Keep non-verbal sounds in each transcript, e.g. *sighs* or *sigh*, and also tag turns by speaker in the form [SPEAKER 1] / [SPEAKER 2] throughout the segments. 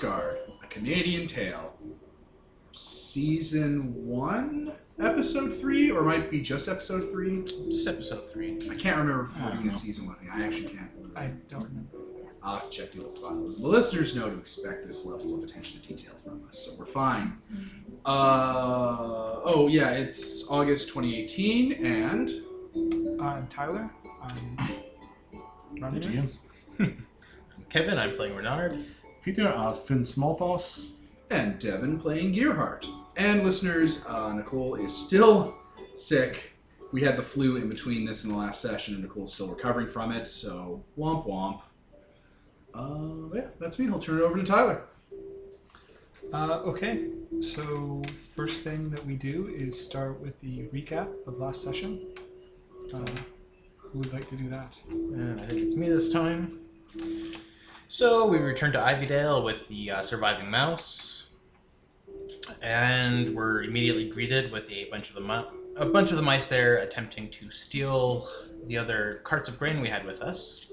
[SPEAKER 1] Guard, a Canadian Tale, season one, episode three, or might be just episode three.
[SPEAKER 2] Just episode three.
[SPEAKER 1] I can't remember if
[SPEAKER 2] I
[SPEAKER 1] we're
[SPEAKER 2] don't
[SPEAKER 1] doing a
[SPEAKER 2] know.
[SPEAKER 1] season one. I actually can't. remember.
[SPEAKER 2] I don't remember.
[SPEAKER 1] I'll have to check the old files. The listeners know to expect this level of attention to detail from us, so we're fine.
[SPEAKER 2] Mm-hmm.
[SPEAKER 1] Uh, oh yeah, it's August 2018, and
[SPEAKER 3] I'm Um, Tyler. I'm running
[SPEAKER 2] Good to
[SPEAKER 3] this.
[SPEAKER 2] Kevin, I'm playing Renard.
[SPEAKER 4] Peter, uh, Finn Smallpaws.
[SPEAKER 1] and Devin playing Gearhart. And listeners, uh, Nicole is still sick. We had the flu in between this and the last session, and Nicole's still recovering from it. So womp womp. Uh, yeah, that's me. I'll turn it over to Tyler.
[SPEAKER 3] Uh, okay, so first thing that we do is start with the recap of last session. Uh, who would like to do that?
[SPEAKER 2] And I think it's Uh, me this time. So we return to Ivydale with the uh, surviving mouse, and we're immediately greeted with a bunch of the mi- a bunch of the mice there attempting to steal the other carts of grain we had with us.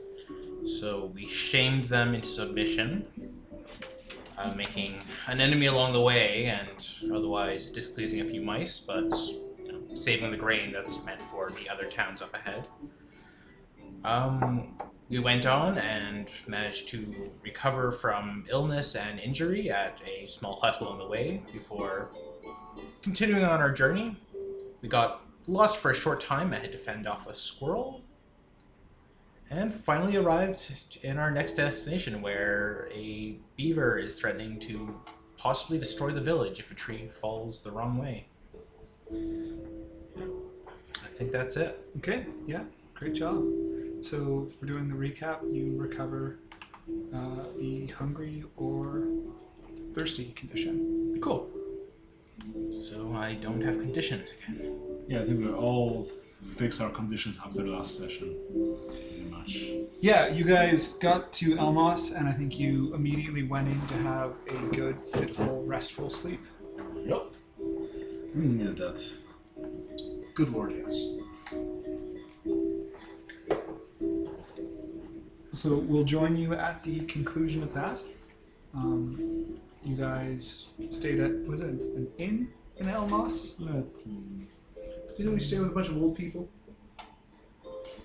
[SPEAKER 2] So we shamed them into submission, uh, making an enemy along the way, and otherwise displeasing a few mice, but you know, saving the grain that's meant for the other towns up ahead. Um, we went on and managed to recover from illness and injury at a small hut along the way before continuing on our journey. We got lost for a short time and had to fend off a squirrel. And finally arrived in our next destination where a beaver is threatening to possibly destroy the village if a tree falls the wrong way. I think that's it.
[SPEAKER 3] Okay, yeah, great job. So for doing the recap, you recover uh, the hungry or thirsty condition.
[SPEAKER 2] Cool. So I don't have conditions again.
[SPEAKER 4] Yeah, I think we all fixed our conditions after the last session. Pretty much.
[SPEAKER 3] Yeah, you guys got to Elmos, and I think you immediately went in to have a good, fitful, restful sleep.
[SPEAKER 4] Yep. We needed that.
[SPEAKER 1] Good lord, yes.
[SPEAKER 3] So we'll join you at the conclusion of that. Um, you guys stayed at was it an inn in Elmos?
[SPEAKER 4] Let's.
[SPEAKER 1] Didn't we stay with a bunch of old people?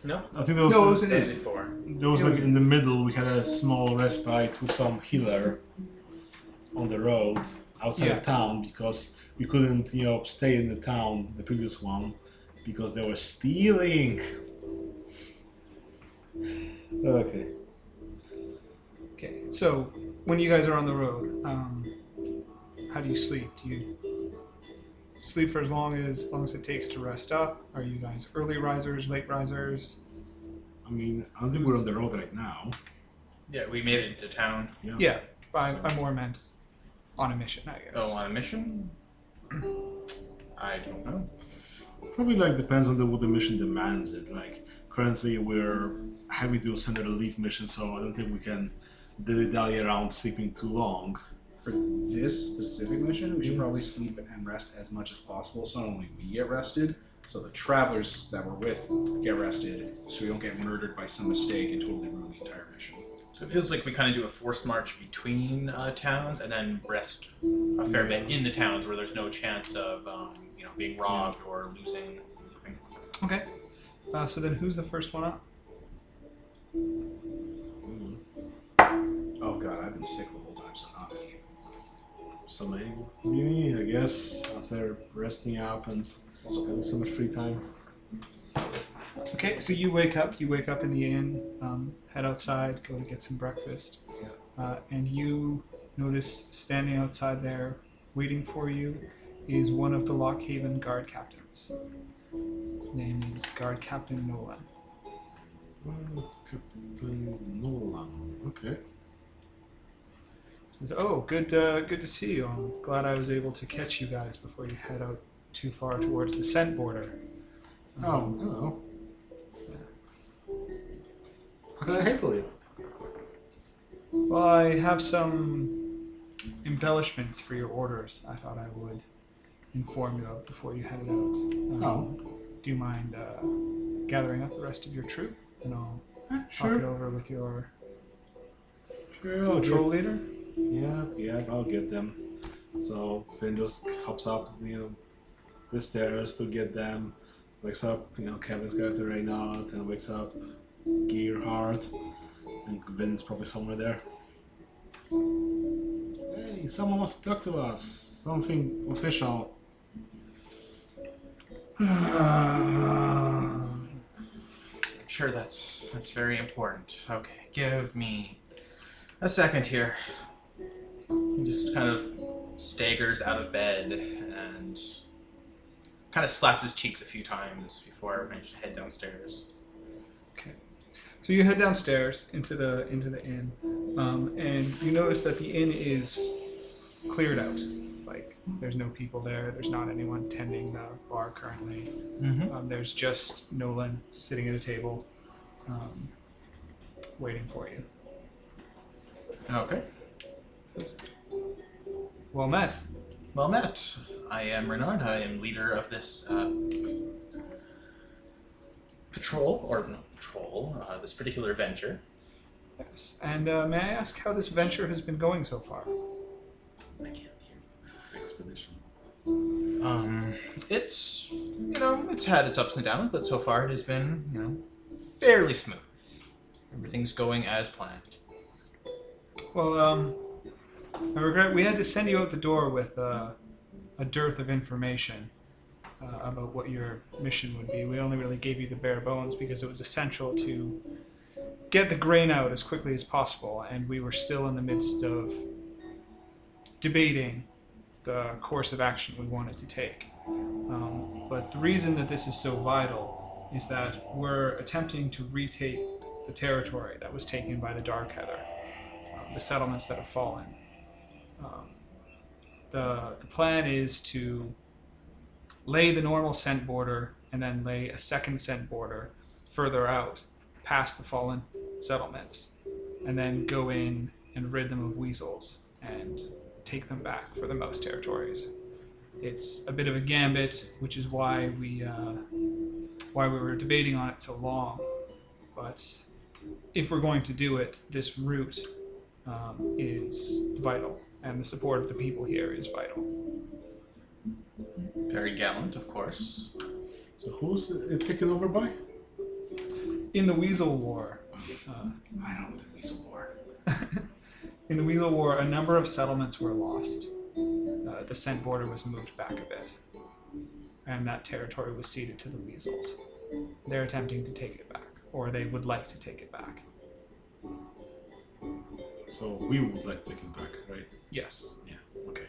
[SPEAKER 2] No.
[SPEAKER 4] I think there was,
[SPEAKER 1] No, it was an inn.
[SPEAKER 2] Before.
[SPEAKER 4] there was like in the middle we had a small respite with some healer on the road outside of
[SPEAKER 3] Yeah.
[SPEAKER 4] town because we couldn't you know stay in the town the previous one because they were stealing. Okay.
[SPEAKER 3] Okay. So when you guys are on the road, um, how do you sleep? Do you sleep for as long as long as it takes to rest up? Are you guys early risers, late risers?
[SPEAKER 4] I mean, I don't think we're on the road right now.
[SPEAKER 2] Yeah, we made it into town.
[SPEAKER 3] Yeah, I, I more meant on a mission, I guess.
[SPEAKER 2] Oh, on a mission? I don't know.
[SPEAKER 4] Probably like depends on the what the mission demands it. Like currently we're having to send a relief mission, so I don't think we can dilly dally around sleeping too long.
[SPEAKER 1] For this specific mission, we should probably sleep and rest as much as possible so not only we get rested, so the travelers that we're with get rested, so we don't get murdered by some mistake and totally ruin the entire mission.
[SPEAKER 2] So it feels like we kind of do a forced march between uh, towns and then rest a fair bit in the towns where there's no chance of um, you know being robbed or losing. anything.
[SPEAKER 3] Okay. Uh, so then who's the first one up?
[SPEAKER 1] Oh god, I've been sick the whole time, so not me.
[SPEAKER 4] So maybe maybe, I guess after resting up and having so much free time.
[SPEAKER 3] Okay, so you wake up. You wake up in the inn, um, head outside, go to get some breakfast. Uh, and you notice standing outside there, waiting for you, is one of the Lockhaven guard captains. His name is Guard Captain Nolan.
[SPEAKER 4] Well, Captain Nolan. Okay.
[SPEAKER 3] Says, "Oh, good, uh, good to see you. I'm glad I was able to catch you guys before you head out too far towards the scent border."
[SPEAKER 4] Oh, hello. How can I help you?
[SPEAKER 3] Well, I have some embellishments for your orders. I thought I would inform you of before you headed out. Um,
[SPEAKER 4] Oh.
[SPEAKER 3] Do you mind uh, gathering up the rest of your troop, and I'll
[SPEAKER 4] Eh,
[SPEAKER 3] talk it
[SPEAKER 4] Sure. Oh,
[SPEAKER 3] over with your
[SPEAKER 4] Sure. I'll
[SPEAKER 3] patrol
[SPEAKER 4] get-
[SPEAKER 3] leader?
[SPEAKER 4] Yeah, yeah, I'll get them. So Finn just hops up, you know, the stairs to get them. Wakes up, you know, Kevin's character Reynard, and wakes up Gearhart. And Vin's probably somewhere there. Hey, someone wants to talk to us. Something official.
[SPEAKER 2] I'm sure that's that's very important. Okay, give me a second here. He just kind of staggers out of bed and kind of slapped his cheeks a few times before I managed to head downstairs.
[SPEAKER 3] Okay. So you head downstairs into the into the inn, um, and you notice that the inn is cleared out. Like there's no people there. There's not anyone tending the bar currently.
[SPEAKER 2] Mm-hmm.
[SPEAKER 3] Um, there's just Nolan sitting at a table, um, waiting for you.
[SPEAKER 2] Okay.
[SPEAKER 3] Says, Well met.
[SPEAKER 2] Well met. I am Renard. I am leader of this uh, patrol, or no patrol, uh, this particular venture.
[SPEAKER 3] Yes. And uh, may I ask how this venture has been going so far?
[SPEAKER 2] I can't hear
[SPEAKER 4] Expedition.
[SPEAKER 2] Um, it's you know it's had its ups and downs, but so far it has been you know fairly smooth. Everything's going as planned.
[SPEAKER 3] Well, um, I regret we had to send you out the door with uh, a dearth of information uh, about what your mission would be. We only really gave you the bare bones because it was essential to get the grain out as quickly as possible, and we were still in the midst of debating the course of action we wanted to take. Um, but the reason that this is so vital is that we're attempting to retake the territory that was taken by the Dark Heather um, the settlements that have fallen. Um, the the plan is to lay the normal scent border and then lay a second scent border further out past the fallen settlements, and then go in and rid them of weasels and take them back for the most territories. It's a bit of a gambit, which is why we uh, why we were debating on it so long. But if we're going to do it, this route um, is vital, and the support of the people here is vital.
[SPEAKER 2] Very gallant, of course.
[SPEAKER 4] So who's it taken over by?
[SPEAKER 3] In the Weasel War, uh,
[SPEAKER 1] I know the weasel war.
[SPEAKER 3] in the Weasel War, a number of settlements were lost. Uh, the scent border was moved back a bit, and that territory was ceded to the Weasels. They're attempting to take it back, or they would like to take it back.
[SPEAKER 4] So we would like to take it back, right?
[SPEAKER 3] Yes.
[SPEAKER 4] Yeah. Okay.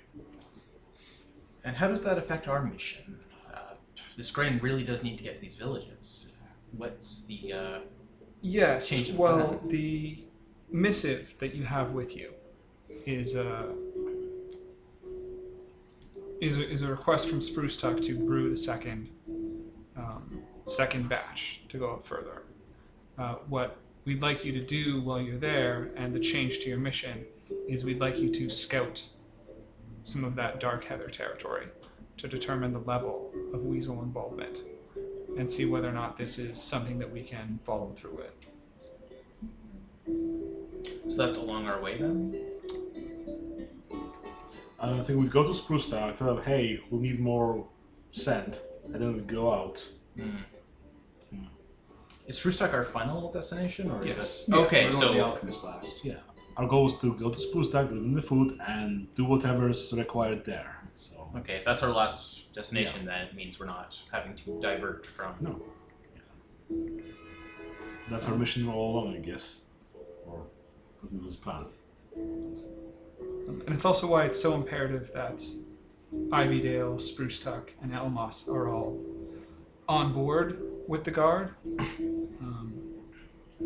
[SPEAKER 2] And how does that affect our mission? Uh, this grain really does need to get to these villages. What's the uh,
[SPEAKER 3] Yes.
[SPEAKER 2] Change the
[SPEAKER 3] well, the missive that you have with you is a is a, is a request from Spruce Tuck to brew the second um, second batch to go up further. Uh, what we'd like you to do while you're there, and the change to your mission, is we'd like you to scout some of that Dark Heather territory to determine the level of weasel involvement and see whether or not this is something that we can follow through with.
[SPEAKER 2] so that's along our way then?
[SPEAKER 4] Uh, I think we go to Spruce Tower, tell them, hey, we'll need more sand, and then we go out.
[SPEAKER 2] Hmm. Is Frustock our final destination, or
[SPEAKER 3] Yes.
[SPEAKER 2] is it? Okay,
[SPEAKER 1] we're going to the
[SPEAKER 2] so
[SPEAKER 1] alchemist last.
[SPEAKER 4] Yeah. Our goal is to go to Spruce Duck, live in the food, and do whatever is required there. So
[SPEAKER 2] okay, if that's our last destination, then it means we're not having to divert from.
[SPEAKER 4] no. That's our mission all along, I guess. Or what it was planned.
[SPEAKER 3] And it's also why it's so imperative that Ivydale, Spruce Tuck, and Elmos are all on board with the guard. Um,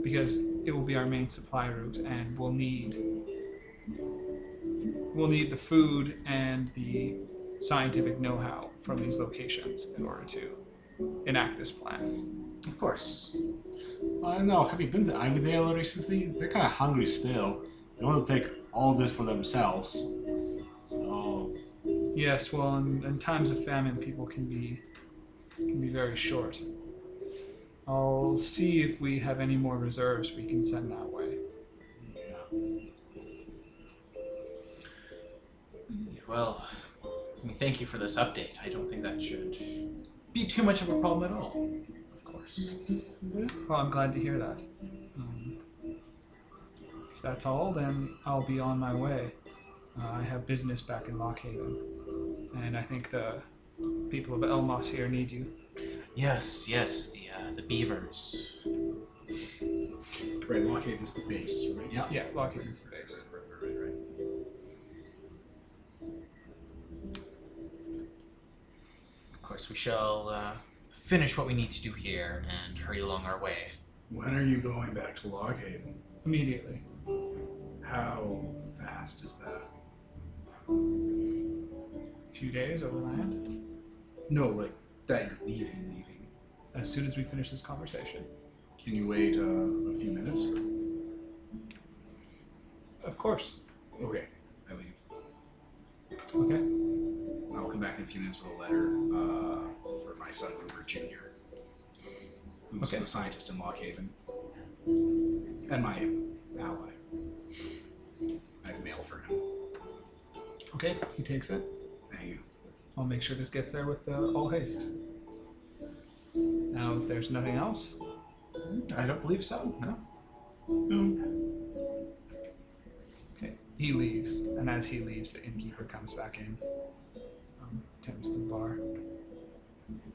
[SPEAKER 3] because it will be our main supply route and we'll need we'll need the food and the scientific know-how from these locations in order to enact this plan.
[SPEAKER 2] Of course.
[SPEAKER 4] I don't know, have you been to Ivydale recently? They're kinda hungry still. They want to take all this for themselves. So
[SPEAKER 3] Yes, well, in, in times of famine, people can be can be very short. I'll see if we have any more reserves we can send that way.
[SPEAKER 4] yeah.
[SPEAKER 2] Well, I mean, thank you for this update. I don't think that should be too much of a problem at all. Of course.
[SPEAKER 3] Well, Oh, I'm glad to hear that. Um, if that's all, then I'll be on my way. Uh, I have business back in Lockhaven, and I think the people of Elmos here need you.
[SPEAKER 2] Yes, yes, the uh, the beavers.
[SPEAKER 1] Right, Lockhaven's the base, right?
[SPEAKER 3] Uh, Yeah. Yeah, Lockhaven's the base.
[SPEAKER 2] Of course, we shall uh, finish what we need to do here and hurry along our way.
[SPEAKER 1] When are you going back to Lockhaven?
[SPEAKER 3] Immediately.
[SPEAKER 1] How fast is that?
[SPEAKER 3] A few days overland.
[SPEAKER 1] No, like that you're leaving, leaving.
[SPEAKER 3] As soon as we finish this conversation.
[SPEAKER 1] Can you wait uh, a few minutes?
[SPEAKER 3] Of course.
[SPEAKER 1] Okay, I leave.
[SPEAKER 3] Okay.
[SPEAKER 1] I'll come back in a few minutes with a letter uh, for my son Cooper Jr., who's
[SPEAKER 3] Okay.
[SPEAKER 1] the scientist in Lockhaven, and my ally. I have mail for him.
[SPEAKER 3] Okay. He takes it.
[SPEAKER 1] Thank you.
[SPEAKER 3] I'll make sure this gets there with uh, all haste. Now, if there's nothing else,
[SPEAKER 2] I don't believe so. No.
[SPEAKER 3] okay. He leaves, and as he leaves, the innkeeper comes back in, um, tends to the bar.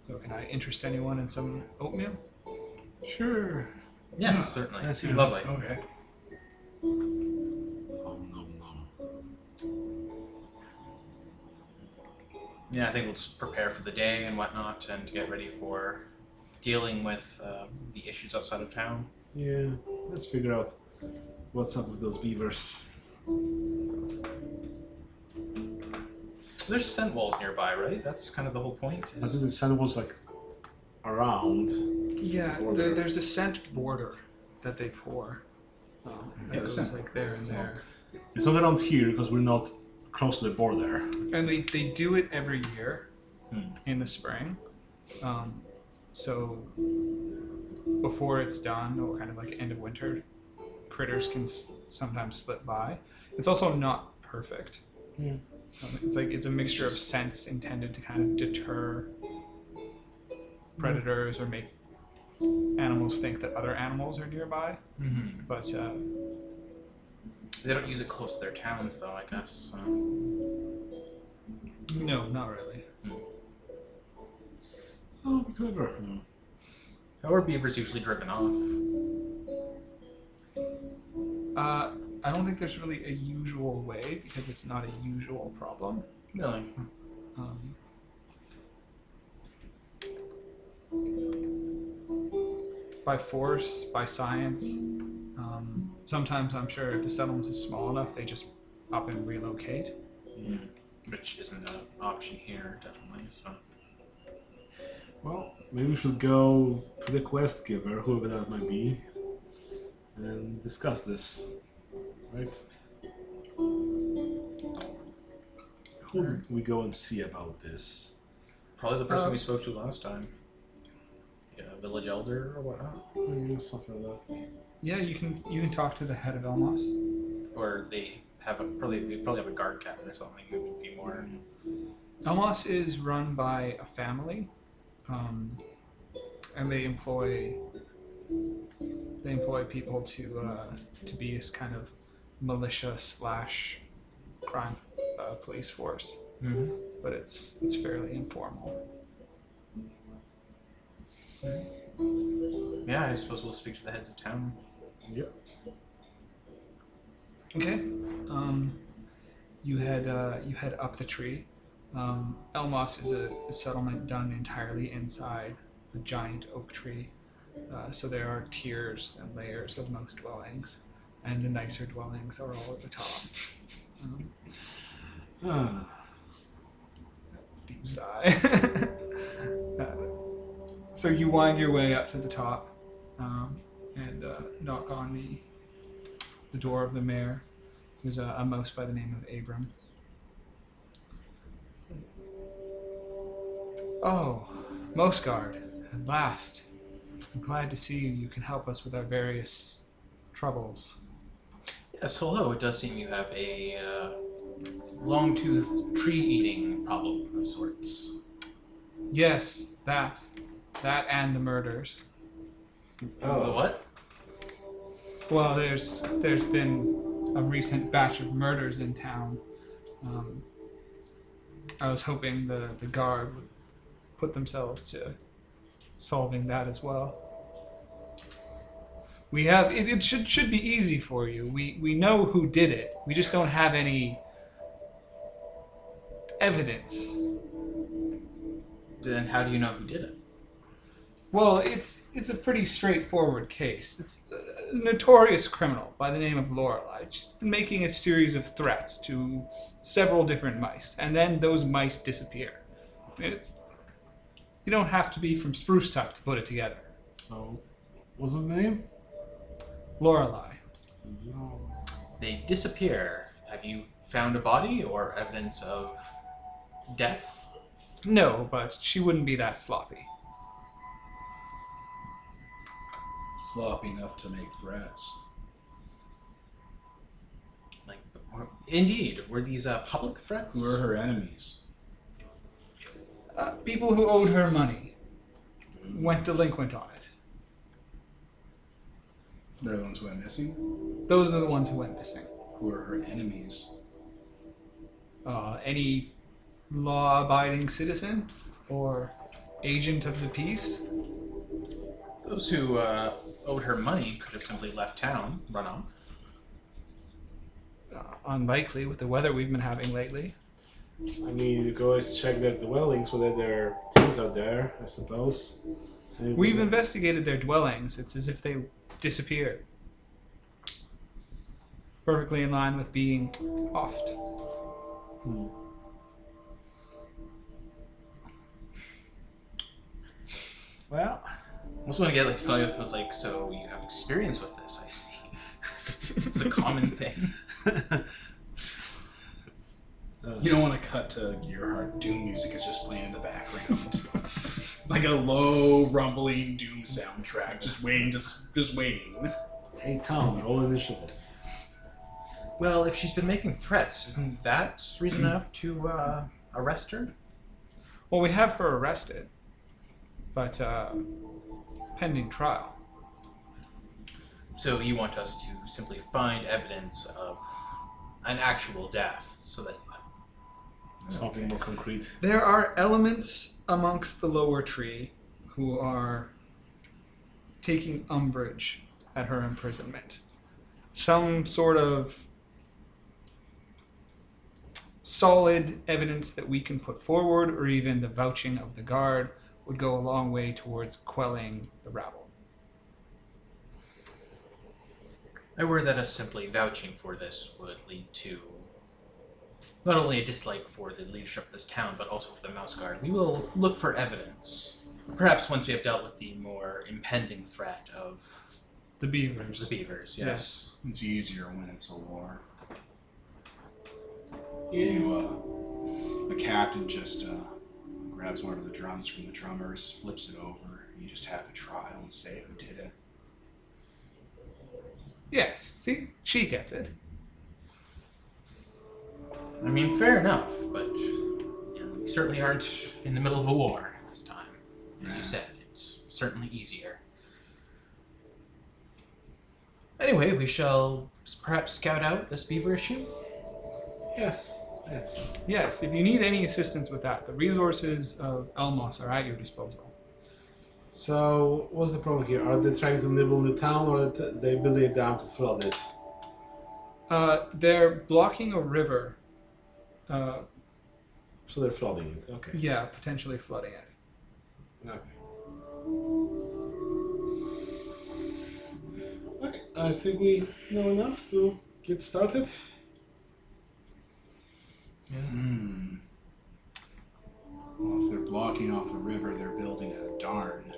[SPEAKER 3] So, can I interest anyone in some oatmeal?
[SPEAKER 4] Sure.
[SPEAKER 2] Yes,
[SPEAKER 4] Yeah,
[SPEAKER 2] certainly.
[SPEAKER 4] That's
[SPEAKER 2] lovely.
[SPEAKER 4] Okay.
[SPEAKER 2] Yeah, I think we'll just prepare for the day and whatnot, and get ready for dealing with uh, the issues outside of town.
[SPEAKER 4] Yeah, let's figure out what's up with those beavers.
[SPEAKER 2] There's scent walls nearby, right? That's kind of the whole point.
[SPEAKER 4] I think
[SPEAKER 2] is-
[SPEAKER 4] the sun was like around.
[SPEAKER 3] Yeah,
[SPEAKER 4] Border. there-
[SPEAKER 3] there's a scent border that they pour. Um,
[SPEAKER 1] that Yeah, the goes, scent.
[SPEAKER 3] like there and
[SPEAKER 4] there. It's not around here because we're not close to the border.
[SPEAKER 3] and they, they do it every year
[SPEAKER 2] Hmm.
[SPEAKER 3] in the spring um, so before it's done or kind of like end of winter critters can s- sometimes slip by it's also not perfect
[SPEAKER 4] Yeah.
[SPEAKER 3] Um, it's like it's a mixture of scents intended to kind of deter predators or make animals think that other animals are nearby
[SPEAKER 2] Mhm.
[SPEAKER 3] but uh,
[SPEAKER 2] They don't use it close to their towns, though. I guess. So.
[SPEAKER 3] no not really
[SPEAKER 4] Oh, clever. Hmm.
[SPEAKER 2] How are beavers usually driven off?
[SPEAKER 3] Uh, I don't think there's really a usual way because it's not a usual problem.
[SPEAKER 2] Really?
[SPEAKER 3] Um, by force, by science. Um, sometimes I'm sure if the settlement is small enough, they just up and relocate.
[SPEAKER 2] Which isn't an option here, definitely. So.
[SPEAKER 4] Well, maybe we should go to the quest giver, whoever that might be, and discuss this. Right? Who did we go and see about this?
[SPEAKER 2] Probably the person
[SPEAKER 3] Uh,
[SPEAKER 2] we spoke to last time. Yeah, village elder or whatnot.
[SPEAKER 4] Hmm, Something like that.
[SPEAKER 3] Yeah, you can you can talk to the head of Elmos.
[SPEAKER 2] Or they have a probably they probably have a guard captain or something. It would be more.
[SPEAKER 3] Elmos is run by a family, um, and they employ they employ people to uh, to be as kind of militia slash crime uh, police force,
[SPEAKER 2] Mm-hmm.
[SPEAKER 3] but it's it's fairly informal.
[SPEAKER 2] Yeah, I suppose we'll speak to the heads of town.
[SPEAKER 4] Yep.
[SPEAKER 3] Okay. Um, you head uh, you head up the tree. Um, Elmos is a, a settlement done entirely inside a giant oak tree. Uh, so there are tiers and layers of most dwellings, and the nicer dwellings are all at the top. Um,
[SPEAKER 4] Ah,
[SPEAKER 3] deep sigh. *laughs* Uh, so you wind your way up to the top um, and uh, knock on the the door of the mayor, who's uh, a, a mouse by the name of Abram. Oh, Mouse Guard, at last. I'm glad to see you. You can help us with our various troubles.
[SPEAKER 2] Yes, hello. It does seem you have a uh, long toothed tree eating problem of sorts.
[SPEAKER 3] Yes, that. That and the murders.
[SPEAKER 2] The what?
[SPEAKER 3] Well, there's there's been a recent batch of murders in town. Um, I was hoping the, the guard would put themselves to solving that as well. We have it, it should should be easy for you. We we know who did it. We just don't have any evidence.
[SPEAKER 2] Then how do you know who did it?
[SPEAKER 3] Well, it's it's a pretty straightforward case. It's a notorious criminal by the name of Lorelei. She's been making a series of threats to several different mice, and then those mice disappear. It's you don't have to be from Spruce Tuck to put it together.
[SPEAKER 4] Oh, what's his name?
[SPEAKER 3] Lorelei.
[SPEAKER 4] No.
[SPEAKER 2] They disappear. Have you found a body or evidence of death?
[SPEAKER 3] No, but she wouldn't be that sloppy.
[SPEAKER 1] Sloppy enough to make threats.
[SPEAKER 2] Like, but were- indeed, were these uh, public threats?
[SPEAKER 1] Who are her enemies?
[SPEAKER 3] Uh, people who owed her money went delinquent on it.
[SPEAKER 1] They're the ones who went missing.
[SPEAKER 3] Those are the ones who went missing.
[SPEAKER 1] Who are her enemies?
[SPEAKER 3] uh, any law-abiding citizen or agent of the peace.
[SPEAKER 2] Those who uh, owed her money could have simply left town, run off.
[SPEAKER 3] Uh, unlikely with the weather we've been having lately.
[SPEAKER 4] I mean, you can always check their dwellings whether their things are there, I suppose. Anything
[SPEAKER 3] We've
[SPEAKER 4] that-
[SPEAKER 3] investigated their dwellings. It's as if they disappeared. Perfectly in line with being offed.
[SPEAKER 4] Well,
[SPEAKER 2] I just want to get like somebody that was like, so you have experience with this? I see. *laughs* it's a common thing.
[SPEAKER 1] You don't want to cut to Gearhart. Doom music is just playing in the background, *laughs* like a low rumbling Doom soundtrack, just waiting, just just waiting.
[SPEAKER 4] hey Tom, roll initiative.
[SPEAKER 2] Well, if she's been making threats, isn't that reason enough to uh, arrest her?
[SPEAKER 3] Well, we have her arrested, but uh, pending trial.
[SPEAKER 2] So you want us to simply find evidence of an actual death, so that
[SPEAKER 4] Something more concrete.
[SPEAKER 3] There are elements amongst the lower tree who are taking umbrage at her imprisonment. Some sort of solid evidence that we can put forward, or even the vouching of the guard, would go a long way towards quelling the rabble.
[SPEAKER 2] I worry that us simply vouching for this would lead to not only a dislike for the leadership of this town, but also for the Mouse Guard. We will look for evidence. Perhaps once we have dealt with the more impending threat of
[SPEAKER 3] The
[SPEAKER 2] the
[SPEAKER 3] beavers.
[SPEAKER 2] beavers, yes.
[SPEAKER 3] Yes.
[SPEAKER 1] It's easier when it's a war.
[SPEAKER 4] Yeah.
[SPEAKER 1] You, uh, the captain just uh, grabs one of the drums from the drummers, flips it over. You just have a trial and say who did it.
[SPEAKER 3] Yes, see? She gets it.
[SPEAKER 2] I mean, fair enough, but you know, we certainly aren't in the middle of a war this time. As you
[SPEAKER 1] Yeah.
[SPEAKER 2] said, it's certainly easier. Anyway, we shall s- perhaps scout out this beaver issue.
[SPEAKER 4] Yes, that's
[SPEAKER 3] Yes, if you need any assistance with that, the resources of Elmos are at your disposal.
[SPEAKER 4] So, what's the problem here? Are they trying to nibble the town, or are they building it down to flood it?
[SPEAKER 3] Uh, they're blocking a river. Uh,
[SPEAKER 4] So they're flooding it. Okay.
[SPEAKER 3] yeah, potentially flooding it.
[SPEAKER 4] Okay. Okay. I think we know enough to get started.
[SPEAKER 1] Hmm. Well, if they're blocking off the river, they're building a darn.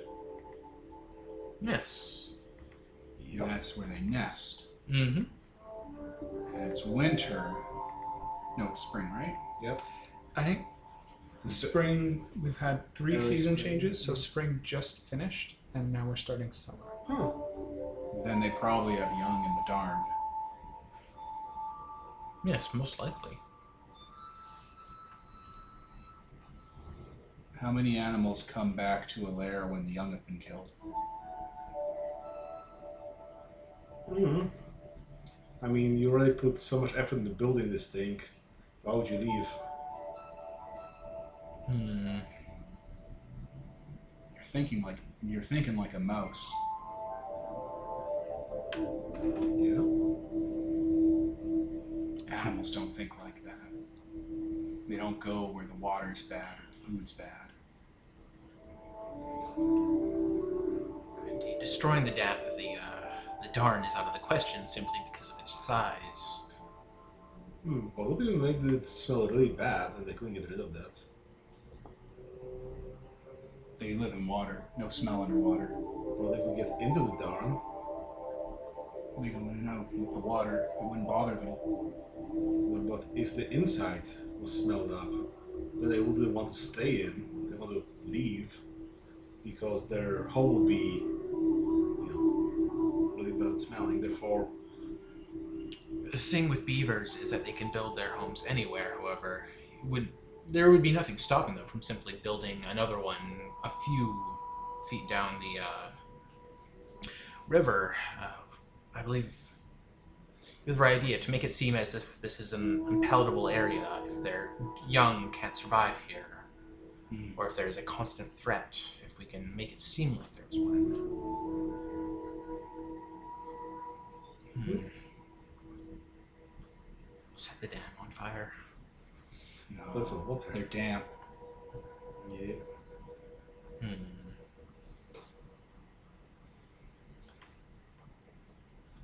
[SPEAKER 2] Yes.
[SPEAKER 1] And that's where they nest.
[SPEAKER 2] Mm-hmm.
[SPEAKER 1] And it's winter. No, it's spring, right?
[SPEAKER 4] Yep.
[SPEAKER 3] I think spring. We've had three
[SPEAKER 4] Early
[SPEAKER 3] season
[SPEAKER 4] spring.
[SPEAKER 3] changes, so spring just finished, and now we're starting summer.
[SPEAKER 4] Huh.
[SPEAKER 1] Then they probably have young in the darn.
[SPEAKER 2] Yes, most likely.
[SPEAKER 1] How many animals come back to a lair when the young have been killed?
[SPEAKER 4] Mhm. I mean, you already put so much effort into building this thing. Why would you leave?
[SPEAKER 2] Hmm.
[SPEAKER 1] You're thinking like you're thinking like a mouse.
[SPEAKER 4] Yeah.
[SPEAKER 1] Animals don't think like that. They don't go where the water's bad or the food's bad.
[SPEAKER 2] Indeed, destroying the da- the uh, the darn is out of the question simply because of its size.
[SPEAKER 4] Hmm. Well, what if you made it smell really bad and they couldn't get rid of that?
[SPEAKER 1] They live in water, no smell underwater.
[SPEAKER 4] Well, if we get into the darn,
[SPEAKER 1] We don't know with the water, it wouldn't bother them.
[SPEAKER 4] what about if the inside was smelled up? Then they wouldn't want to stay in. They want to leave because their home would be, you know, really bad smelling. Therefore,
[SPEAKER 2] The thing with beavers is that they can build their homes anywhere. However, it would there would be nothing stopping them from simply building another one a few feet down the uh, river. Uh, I believe with the right idea to make it seem as if this is an unpalatable area if their young can't survive here,
[SPEAKER 1] Hmm.
[SPEAKER 2] or if there is a constant threat. If we can make it seem like there's one. Hmm. Set the dam on fire.
[SPEAKER 1] No,
[SPEAKER 4] that's a water.
[SPEAKER 1] they're damp.
[SPEAKER 4] Yeah.
[SPEAKER 2] Hmm.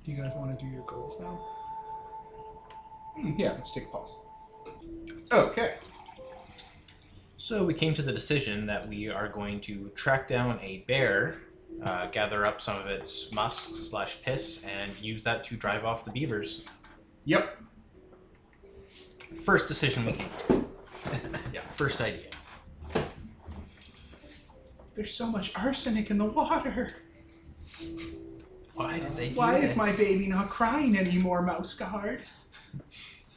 [SPEAKER 3] Do you guys want to do your goals now?
[SPEAKER 1] Hmm, yeah, let's take a pause. Okay.
[SPEAKER 2] So we came to the decision that we are going to track down a bear, uh, gather up some of its musk slash piss, and use that to drive off the beavers.
[SPEAKER 1] Yep.
[SPEAKER 2] First decision we came to. yeah, first idea.
[SPEAKER 1] There's so much arsenic in the water.
[SPEAKER 2] Why did they do
[SPEAKER 1] Why is my
[SPEAKER 2] this?
[SPEAKER 1] baby not crying anymore, Mouse Guard?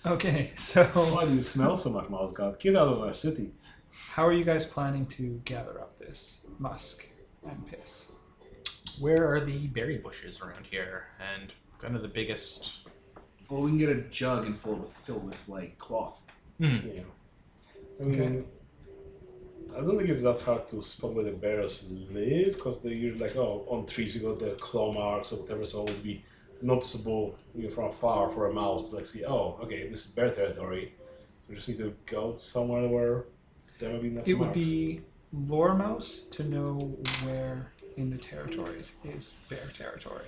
[SPEAKER 3] Okay, so
[SPEAKER 4] Why do you smell so much, Mouse God? Get out of our city.
[SPEAKER 3] how are you guys planning to gather up this musk and piss?
[SPEAKER 2] Where are the berry bushes around here? And kind of the biggest.
[SPEAKER 1] Well, we can get a jug and fill it with fill with like cloth.
[SPEAKER 2] Hmm.
[SPEAKER 4] Yeah. I mean, I don't think it's that hard to spot where the bears live because they're usually like, oh, on trees you got the claw marks or whatever, so it would be noticeable even from afar for a mouse to like see, oh, okay, this is bear territory. We just need to go somewhere where there might be enough
[SPEAKER 3] It would
[SPEAKER 4] marks.
[SPEAKER 3] be lore mouse to know where in the territories is bear territory.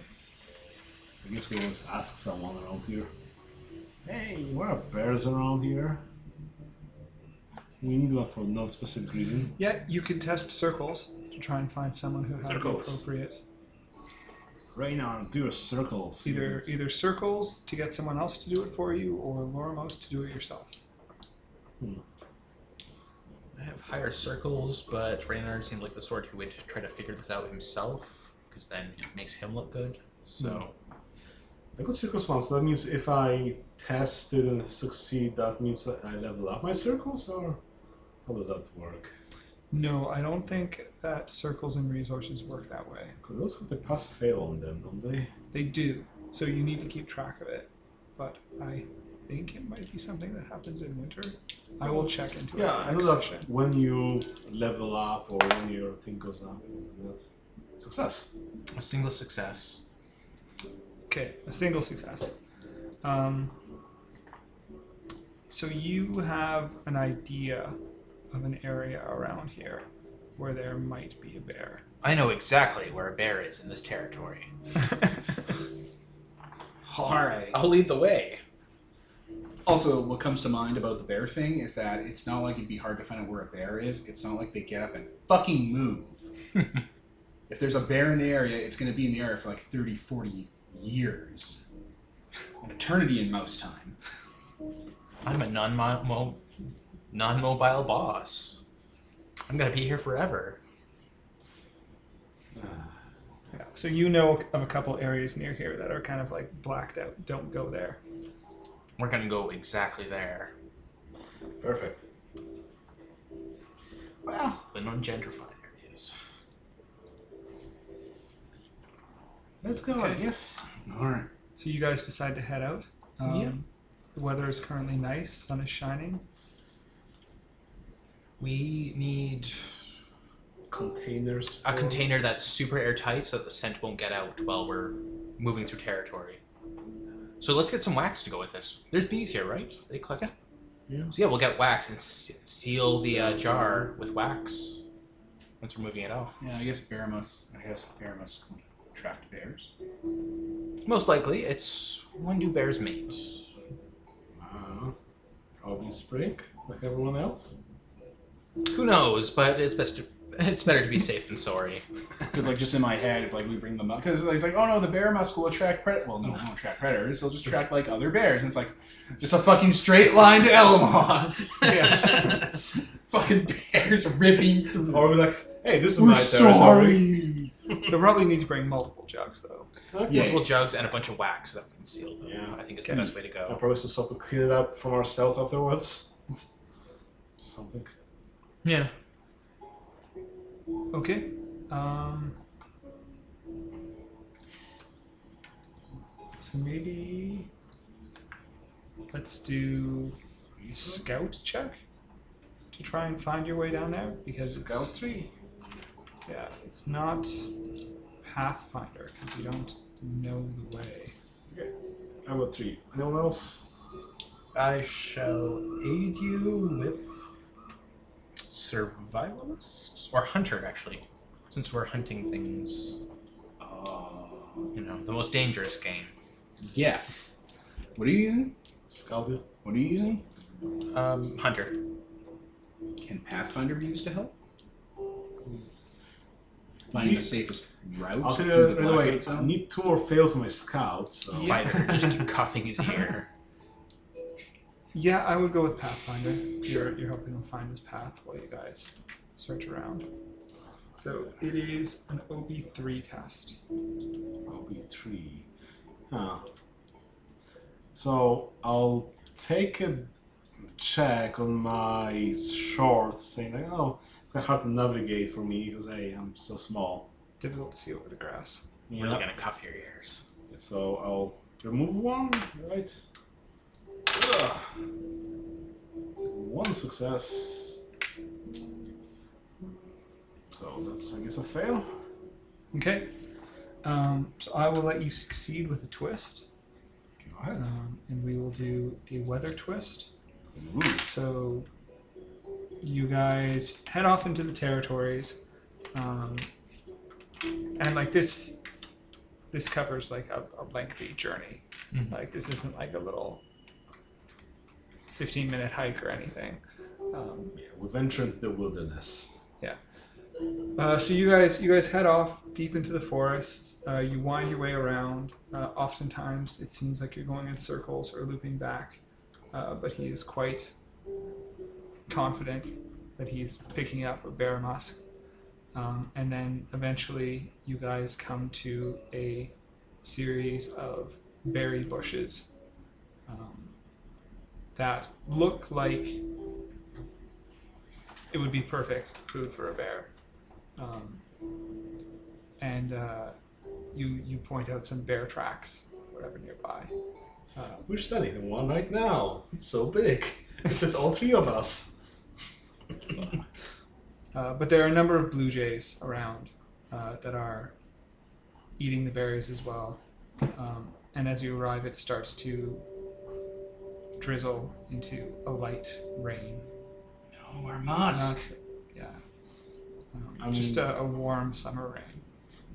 [SPEAKER 4] I guess we always ask someone around here. Hey, where are bears around here? We need one for no specific reason.
[SPEAKER 3] Yeah, you can test circles to try and find someone who has
[SPEAKER 4] Circles.
[SPEAKER 3] the appropriate
[SPEAKER 4] Raynar, do a circle. see if
[SPEAKER 3] either
[SPEAKER 4] it's-
[SPEAKER 3] either circles to get someone else to do it for you or Loramos to do it yourself.
[SPEAKER 2] I have higher circles, but Reynard seemed like the sort who would try to figure this out himself, because then it makes him look good. So
[SPEAKER 4] I got circles once. That means if I test it and succeed, that means that I level up my circles, or how does that work?
[SPEAKER 3] No, I don't think that circles and resources work that way.
[SPEAKER 4] Because those have to pass fail on them, don't they?
[SPEAKER 3] They do, so you need to keep track of it. But I think it might be something that happens in winter. I will check into it.
[SPEAKER 4] Yeah,
[SPEAKER 3] for
[SPEAKER 4] I know
[SPEAKER 3] next
[SPEAKER 4] that
[SPEAKER 3] session.
[SPEAKER 4] when you level up or when your thing goes up, that success.
[SPEAKER 2] a single success.
[SPEAKER 3] Okay, a single success. Um, so you have an idea of an area around here where there might be a bear.
[SPEAKER 2] I know exactly where a bear is in this territory.
[SPEAKER 1] All right.
[SPEAKER 2] I'll lead the way.
[SPEAKER 1] Also, what comes to mind about the bear thing is that it's not like it'd be hard to find out where a bear is. It's not like they get up and fucking
[SPEAKER 4] *laughs*
[SPEAKER 1] move. if there's a bear in the area, it's going to be in the area for like 30, 40 years. An eternity in mouse time.
[SPEAKER 2] I'm a non-mo- non-mobile boss. I'm gonna be here forever.
[SPEAKER 3] Yeah, so you know of a couple areas near here that are kind of like blacked out. Don't go there.
[SPEAKER 2] We're gonna go exactly there.
[SPEAKER 4] Perfect.
[SPEAKER 2] Well, the on gentrified areas.
[SPEAKER 4] Let's go, I
[SPEAKER 3] Okay.
[SPEAKER 4] guess. Alright.
[SPEAKER 3] So you guys decide to head out. Um,
[SPEAKER 2] Yeah.
[SPEAKER 3] The weather is currently nice. Sun is shining.
[SPEAKER 2] We need
[SPEAKER 4] Containers.
[SPEAKER 2] a
[SPEAKER 4] for-
[SPEAKER 2] container that's super airtight so that the scent won't get out while we're moving through territory. So let's get some wax to go with this. There's bees here, right? They collect. Yeah.
[SPEAKER 4] Yeah.
[SPEAKER 2] So yeah, we'll get wax and s- seal the uh, jar with wax once we're moving it off.
[SPEAKER 1] Yeah, I guess bear must. I guess bear must attract bears.
[SPEAKER 2] Most likely, it's when do bears mate?
[SPEAKER 4] Uh, probably spring, like everyone else.
[SPEAKER 2] Who knows? But it's best. To, it's better to be safe than sorry.
[SPEAKER 1] Because like just in my head, if like we bring them up, because it's like, oh no, the bear musk will attract pred. Well, no, it won't attract predators. It'll just attract like other bears, and it's like just a fucking straight line to Elamos.
[SPEAKER 4] *laughs*
[SPEAKER 2] Yeah.
[SPEAKER 1] fucking bears ripping through.
[SPEAKER 4] Or we're like, hey, this is
[SPEAKER 1] We're
[SPEAKER 4] my territory.
[SPEAKER 1] sorry.
[SPEAKER 3] They'll probably need to bring multiple jugs though.
[SPEAKER 4] Okay.
[SPEAKER 1] Yeah.
[SPEAKER 2] Multiple jugs and a bunch of wax so that we can seal them.
[SPEAKER 4] Yeah.
[SPEAKER 2] I think is the best way to
[SPEAKER 4] I
[SPEAKER 2] go.
[SPEAKER 4] promise to have to clean it up from ourselves afterwards. *laughs* Something.
[SPEAKER 2] Yeah.
[SPEAKER 3] Okay. Um, so maybe let's do a scout check to try and find your way down there because
[SPEAKER 4] Scout tree.
[SPEAKER 3] it's yeah, it's not Pathfinder because you don't know the way.
[SPEAKER 4] I got three. Anyone else?
[SPEAKER 2] I shall aid you with survivalist or hunter, actually, since we're hunting things.
[SPEAKER 1] Oh.
[SPEAKER 2] You know, the most dangerous game.
[SPEAKER 1] yes. What are you using?
[SPEAKER 4] Scout it.
[SPEAKER 1] What are you using?
[SPEAKER 2] Um, hunter.
[SPEAKER 1] Can Pathfinder be used to help?
[SPEAKER 4] See-
[SPEAKER 1] Find the safest route
[SPEAKER 4] I'll tell
[SPEAKER 1] through
[SPEAKER 4] you
[SPEAKER 1] the
[SPEAKER 4] right away,
[SPEAKER 1] blackout
[SPEAKER 4] I
[SPEAKER 1] zone.
[SPEAKER 4] need two more fails on my scout, so.
[SPEAKER 3] Yeah.
[SPEAKER 2] *laughs* Fighter just cuffing his ear.
[SPEAKER 3] Yeah, I would go with Pathfinder. You're you're helping them find this path while you guys search around. So it is an OB three test.
[SPEAKER 4] I'll be three. Huh. So I'll take a check on my short, saying like, "Oh, it's kinda hard to navigate for me because hey, I'm so small."
[SPEAKER 3] Difficult to see over the grass.
[SPEAKER 2] We're
[SPEAKER 4] Yeah.
[SPEAKER 2] Really gonna cuff your ears.
[SPEAKER 4] So I'll remove one, right? Ugh. One success. So that's I guess a fail.
[SPEAKER 3] Okay. Um, so I will let you succeed with a twist,
[SPEAKER 4] Go ahead.
[SPEAKER 3] um, and we will do a weather twist.
[SPEAKER 4] Ooh.
[SPEAKER 3] So you guys head off into the territories, um, and like this, this covers like a, a lengthy journey.
[SPEAKER 2] Mhm.
[SPEAKER 3] Like this isn't like a little fifteen minute hike or anything. Um,
[SPEAKER 4] Yeah, we venture into the wilderness.
[SPEAKER 3] Uh, so you guys, you guys head off deep into the forest. Uh, you wind your way around. Uh, oftentimes, it seems like you're going in circles or looping back, uh, but he is quite confident that he's picking up a bear musk. Um, and then eventually, you guys come to a series of berry bushes um, that look like it would be perfect food for a bear um, and uh, you you point out some bear tracks, whatever nearby.
[SPEAKER 4] We're studying the one right now. It's so big. *laughs* It's just all three of us.
[SPEAKER 3] Uh, but there are a number of blue jays around uh, that are eating the berries as well. Um, and as you arrive, it starts to drizzle into a light rain.
[SPEAKER 1] no, our musk.
[SPEAKER 3] Not- yeah. Um,
[SPEAKER 4] I
[SPEAKER 3] just
[SPEAKER 4] mean-
[SPEAKER 3] a, a warm summer rain.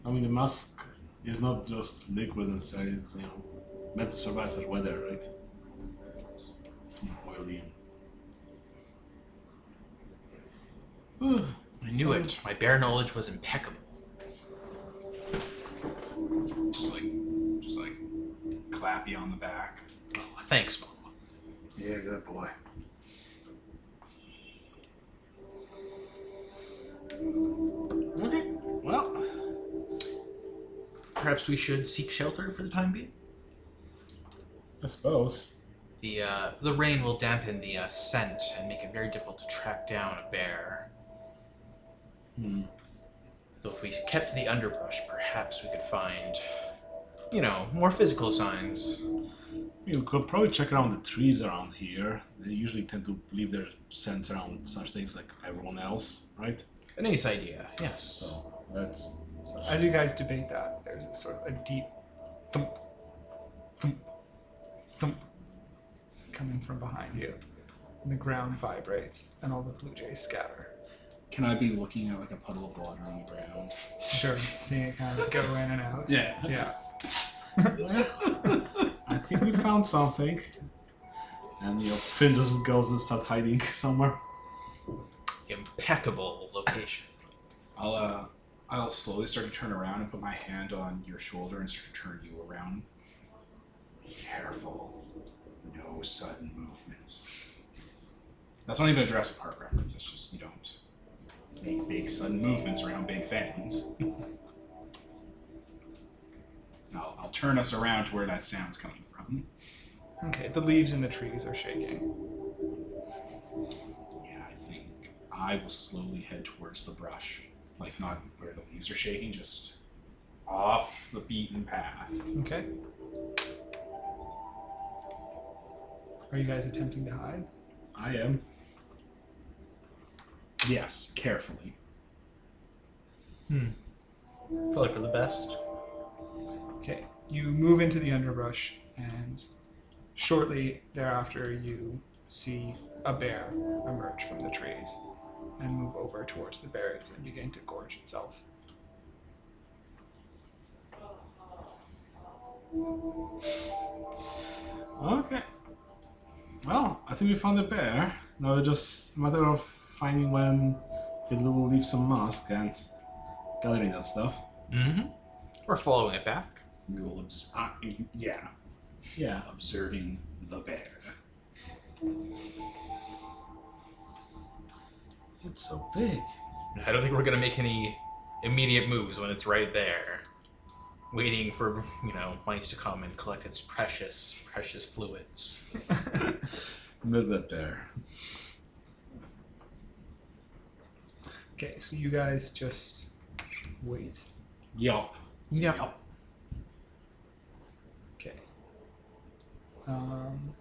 [SPEAKER 4] I mean, the mask is not just liquid inside. It's you know meant to survive such weather, right? It's more oily. *sighs* And...
[SPEAKER 2] I knew it. My bear knowledge was impeccable.
[SPEAKER 1] Just like, just like, clap you on the back.
[SPEAKER 2] Oh, thanks, Mom.
[SPEAKER 1] Yeah, good boy.
[SPEAKER 2] Okay. Well, perhaps we should seek shelter for the time being.
[SPEAKER 4] I suppose.
[SPEAKER 2] The uh, the rain will dampen the uh, scent and make it very difficult to track down a bear.
[SPEAKER 1] Hmm.
[SPEAKER 2] So if we kept the underbrush, perhaps we could find, you know, more physical signs.
[SPEAKER 4] You could probably check around the trees around here. They usually tend to leave their scents around such things like everyone else, right?
[SPEAKER 2] A nice idea, yes.
[SPEAKER 4] So that's such
[SPEAKER 3] As you guys debate that, there's a sort of a deep thump, thump, thump coming from behind you. And the ground vibrates, and all the blue jays scatter.
[SPEAKER 1] Can I be looking at like a puddle of water on the ground?
[SPEAKER 3] Sure, seeing it kind of go in and out.
[SPEAKER 1] Yeah.
[SPEAKER 3] Yeah.
[SPEAKER 4] I think we found something. And you know, Finn just goes and starts hiding *laughs* somewhere.
[SPEAKER 2] Impeccable location.
[SPEAKER 1] I'll uh, I'll slowly start to turn around and put my hand on your shoulder and start to turn you around. Careful, no sudden movements. That's not even a Jurassic Park reference. That's just you don't make big sudden movements around big things. *laughs* And I'll, I'll turn us around to where that sound's coming from.
[SPEAKER 3] Okay, the leaves in the trees are shaking.
[SPEAKER 1] Yeah, I think I will slowly head towards the brush, like not where the leaves are shaking, just off the beaten path.
[SPEAKER 3] Okay. Are you guys attempting to hide?
[SPEAKER 4] I am.
[SPEAKER 1] Yes, carefully.
[SPEAKER 2] Probably for the best.
[SPEAKER 3] Okay, you move into the underbrush, and shortly thereafter, you see a bear emerge from the trees and move over towards the berries and begin to gorge itself.
[SPEAKER 4] Okay. Well, I think we found the bear. Now it's just a matter of finding when it will leave some mask and gathering that stuff.
[SPEAKER 2] Mm-hmm. We're following it back.
[SPEAKER 1] We will obs- uh, yeah,
[SPEAKER 4] Yeah.
[SPEAKER 1] observing the bear.
[SPEAKER 4] It's so big.
[SPEAKER 2] I don't think we're gonna make any immediate moves when it's right there, waiting for you know mice to come and collect its precious, precious fluids.
[SPEAKER 4] Milk that bear.
[SPEAKER 3] Okay, so you guys just wait.
[SPEAKER 1] Yup.
[SPEAKER 2] Yep.
[SPEAKER 3] Okay. Um,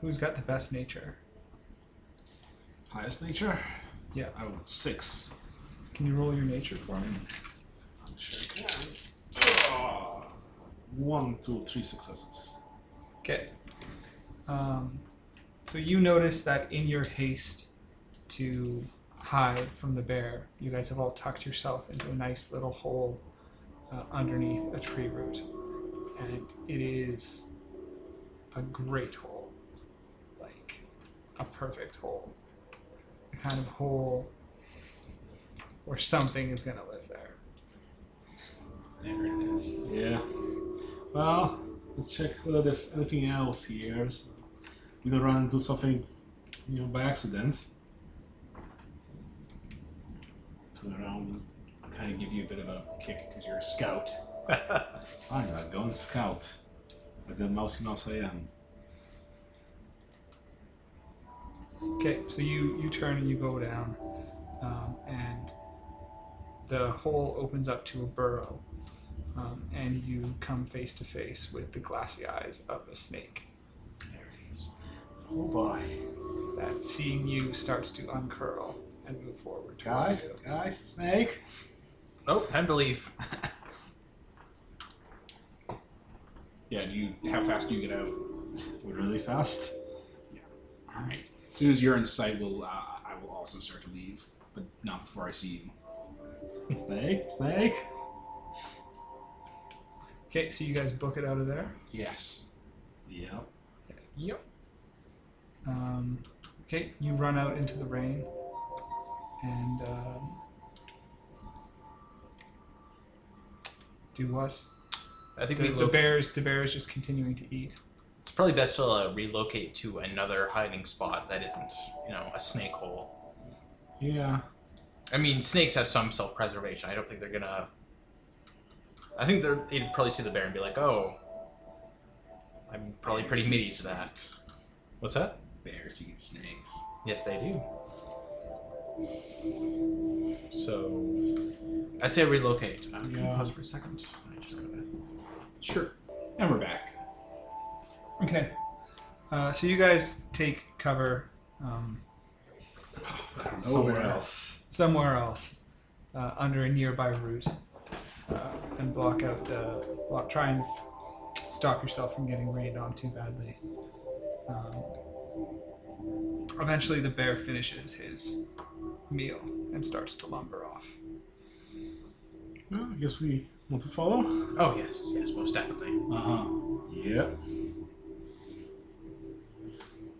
[SPEAKER 3] who's got the best nature?
[SPEAKER 4] Highest nature?
[SPEAKER 3] Yeah.
[SPEAKER 4] I would six.
[SPEAKER 3] Can you roll your nature for me?
[SPEAKER 4] I'm sure. I can. Ah, One, two, three successes.
[SPEAKER 3] Okay. Um, so you notice that in your haste to hide from the bear, you guys have all tucked yourself into a nice little hole uh, underneath a tree root. And it is a great hole. Like, a perfect hole. The kind of hole where something is going to live there.
[SPEAKER 1] There it is.
[SPEAKER 4] Yeah. Well, let's check whether there's anything else here. So we don't run into something, you know, by accident. Turn around.
[SPEAKER 1] I'll kind of give you a bit of a kick because you're a scout.
[SPEAKER 4] I'm a gun scout. Like the mousey mouse I am.
[SPEAKER 3] Okay, so you you turn and you go down, um, and the hole opens up to a burrow, um, and you come face to face with the glassy eyes of a snake
[SPEAKER 1] There it is.
[SPEAKER 4] Oh boy.
[SPEAKER 3] that, seeing you, starts to uncurl and move forward towards
[SPEAKER 4] Guys,
[SPEAKER 3] you.
[SPEAKER 4] guys, snake.
[SPEAKER 2] Oh, time to leave.
[SPEAKER 1] Yeah. Do you? How fast do you get out?
[SPEAKER 4] We're really fast.
[SPEAKER 1] All right. As soon as you're in sight, we'll. Uh, I will also start to leave, but not before I see you.
[SPEAKER 4] Snake, snake.
[SPEAKER 3] Okay, so you guys book it out of there.
[SPEAKER 1] Yes.
[SPEAKER 4] Yep.
[SPEAKER 2] Yep.
[SPEAKER 3] Um, okay, you run out into the rain, and um, do what?
[SPEAKER 2] I think
[SPEAKER 3] The,
[SPEAKER 2] we
[SPEAKER 3] the
[SPEAKER 2] look.
[SPEAKER 3] bears, the bears, just continuing to eat.
[SPEAKER 2] It's probably best to uh, relocate to another hiding spot that isn't you know a snake hole.
[SPEAKER 4] Yeah.
[SPEAKER 2] I mean, snakes have some self-preservation. I don't think they're gonna. I think they're, they'd probably see the bear and be like, "Oh, I'm probably
[SPEAKER 1] Bears
[SPEAKER 2] pretty
[SPEAKER 1] eat
[SPEAKER 2] meaty to that."
[SPEAKER 1] snakes.
[SPEAKER 2] What's that?
[SPEAKER 1] Bears eat snakes.
[SPEAKER 2] Yes, they do. So I say relocate. I'm gonna
[SPEAKER 3] Yeah.
[SPEAKER 2] pause for a second. I just gotta.
[SPEAKER 1] Sure. And we're back.
[SPEAKER 3] Okay. Uh, so you guys take cover um,
[SPEAKER 4] Somewhere else.
[SPEAKER 3] somewhere else uh, under a nearby root uh, and block out, uh, block, try and stop yourself from getting rained on too badly. Um, eventually, the bear finishes his meal and starts to lumber off.
[SPEAKER 4] Well, I guess we want to follow.
[SPEAKER 2] Oh yes, yes, most definitely.
[SPEAKER 1] Uh huh.
[SPEAKER 4] Yep.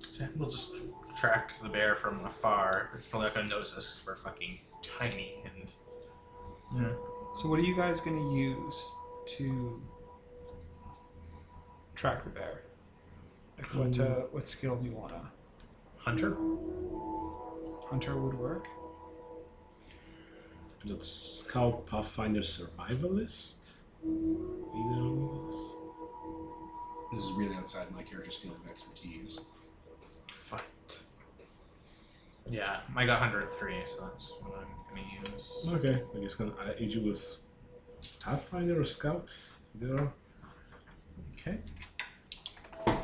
[SPEAKER 2] So we'll just track the bear from afar. It's probably not gonna notice us because we're fucking tiny and. Yeah.
[SPEAKER 3] So, what are you guys going to use to track the bear? Like, what uh, what skill do you want to?
[SPEAKER 2] Hunter.
[SPEAKER 3] Hunter would work.
[SPEAKER 4] That's called Pathfinder Survivalist. Either of us.
[SPEAKER 1] This is really outside my character's field of expertise.
[SPEAKER 2] Fight. Yeah, I got 103, so that's what I'm gonna use.
[SPEAKER 4] Okay. I guess gonna I aid you with Pathfinder or Scout. Either. Okay.
[SPEAKER 3] Okay.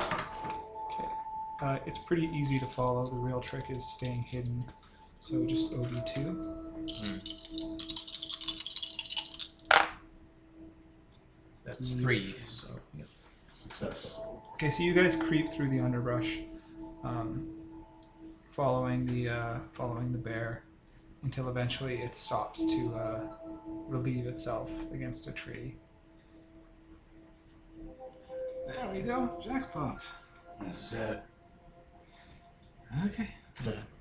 [SPEAKER 3] Uh, it's pretty easy to follow. The real trick is staying hidden. So just OD2.
[SPEAKER 2] That's
[SPEAKER 4] Mm.
[SPEAKER 2] three, so yeah.
[SPEAKER 4] Success.
[SPEAKER 3] Okay, so you guys creep through the underbrush, um, following the uh, following the bear, until eventually it stops to uh, relieve itself against a tree.
[SPEAKER 1] There we go. Jackpot. This is it. Okay.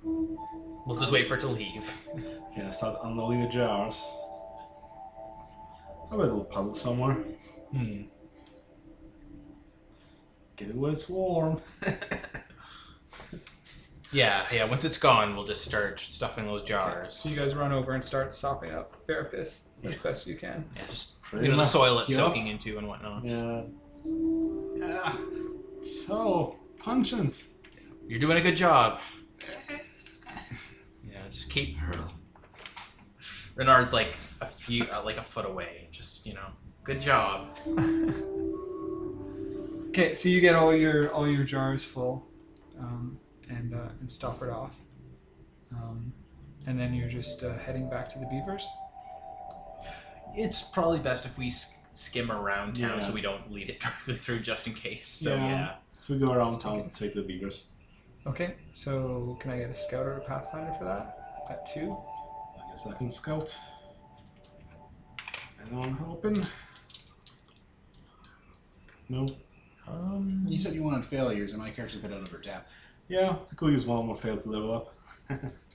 [SPEAKER 2] We'll just wait for it to leave.
[SPEAKER 4] Yeah, start unloading the jars. Have a little puddle somewhere.
[SPEAKER 2] Hmm.
[SPEAKER 4] Get it when it's warm.
[SPEAKER 2] Yeah, yeah. Once it's gone, we'll just start stuffing those jars.
[SPEAKER 3] So you guys run over and start sopping up bear piss as best you can.
[SPEAKER 2] Yeah, just
[SPEAKER 4] Pretty
[SPEAKER 2] you know the
[SPEAKER 4] much.
[SPEAKER 2] soil it's
[SPEAKER 4] Yeah.
[SPEAKER 2] soaking into and whatnot.
[SPEAKER 4] Yeah. Yeah. So pungent.
[SPEAKER 2] You're doing a good *laughs* job. yeah, just keep. Renard's like a few, uh, like a foot away. Just you know, good job.
[SPEAKER 3] Okay, so you get all your all your jars full, um, and uh, and stop it off, um, and then you're just uh, heading back to the beavers.
[SPEAKER 2] It's probably best if we sk- skim around town
[SPEAKER 4] Yeah.
[SPEAKER 2] so we don't lead it *laughs* directly through, just in case. So
[SPEAKER 4] Yeah.
[SPEAKER 2] yeah,
[SPEAKER 4] So we go around town to take the beavers.
[SPEAKER 3] Okay, so can I get a scout or a pathfinder for that? At two.
[SPEAKER 4] I guess I can scout. Anyone helping? No.
[SPEAKER 2] Um,
[SPEAKER 1] You said you wanted failures, and my character's a bit out of her depth.
[SPEAKER 4] Yeah, I could use one more fail to level up.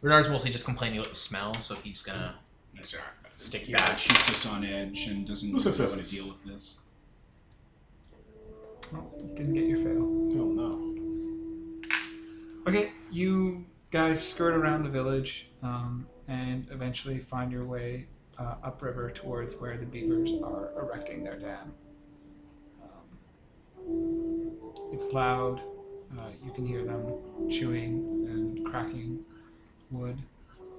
[SPEAKER 2] Renard's mostly just complaining about the smell, so he's gonna
[SPEAKER 1] That's all right.
[SPEAKER 2] stick
[SPEAKER 1] Yeah,
[SPEAKER 2] back.
[SPEAKER 1] she's just on edge and doesn't
[SPEAKER 4] Two
[SPEAKER 1] really
[SPEAKER 4] successes.
[SPEAKER 1] want to deal with this.
[SPEAKER 3] Oh, didn't get your fail.
[SPEAKER 4] Oh no.
[SPEAKER 3] Okay, you guys skirt around the village, um, and eventually find your way uh, upriver towards where the beavers are erecting their dam. Um, It's loud. Uh, you can hear them chewing and cracking wood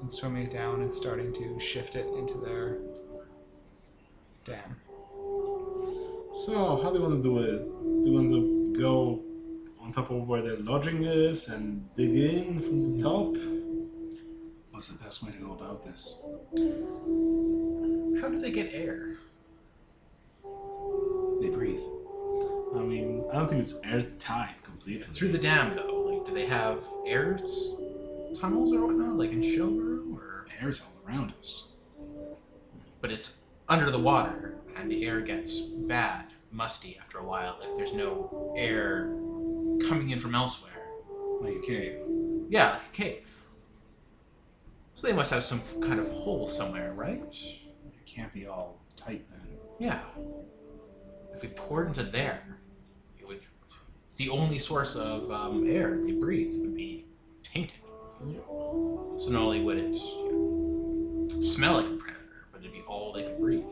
[SPEAKER 3] and swimming it down and starting to shift it into their dam.
[SPEAKER 4] So how do you want to do it? Do you want to go on top of where the lodging is and dig in from the top?
[SPEAKER 1] What's the best way to go about this?
[SPEAKER 2] How do they get air?
[SPEAKER 1] They breathe.
[SPEAKER 4] I mean, I don't think it's airtight completely.
[SPEAKER 2] Through the dam, though, like, do they have air s- tunnels or whatnot, like in Shilbrew, or?
[SPEAKER 1] The air's all around us.
[SPEAKER 2] But it's under the water, and the air gets bad, musty after a while if there's no air coming in from elsewhere.
[SPEAKER 1] Like a cave.
[SPEAKER 2] Yeah, like a cave. So they must have some kind of hole somewhere, right?
[SPEAKER 1] It can't be all tight then.
[SPEAKER 2] Yeah. If we poured into there, it would. The only source of um, air they breathe would be tainted. So not only would it smell like a predator, but it'd be all they could breathe.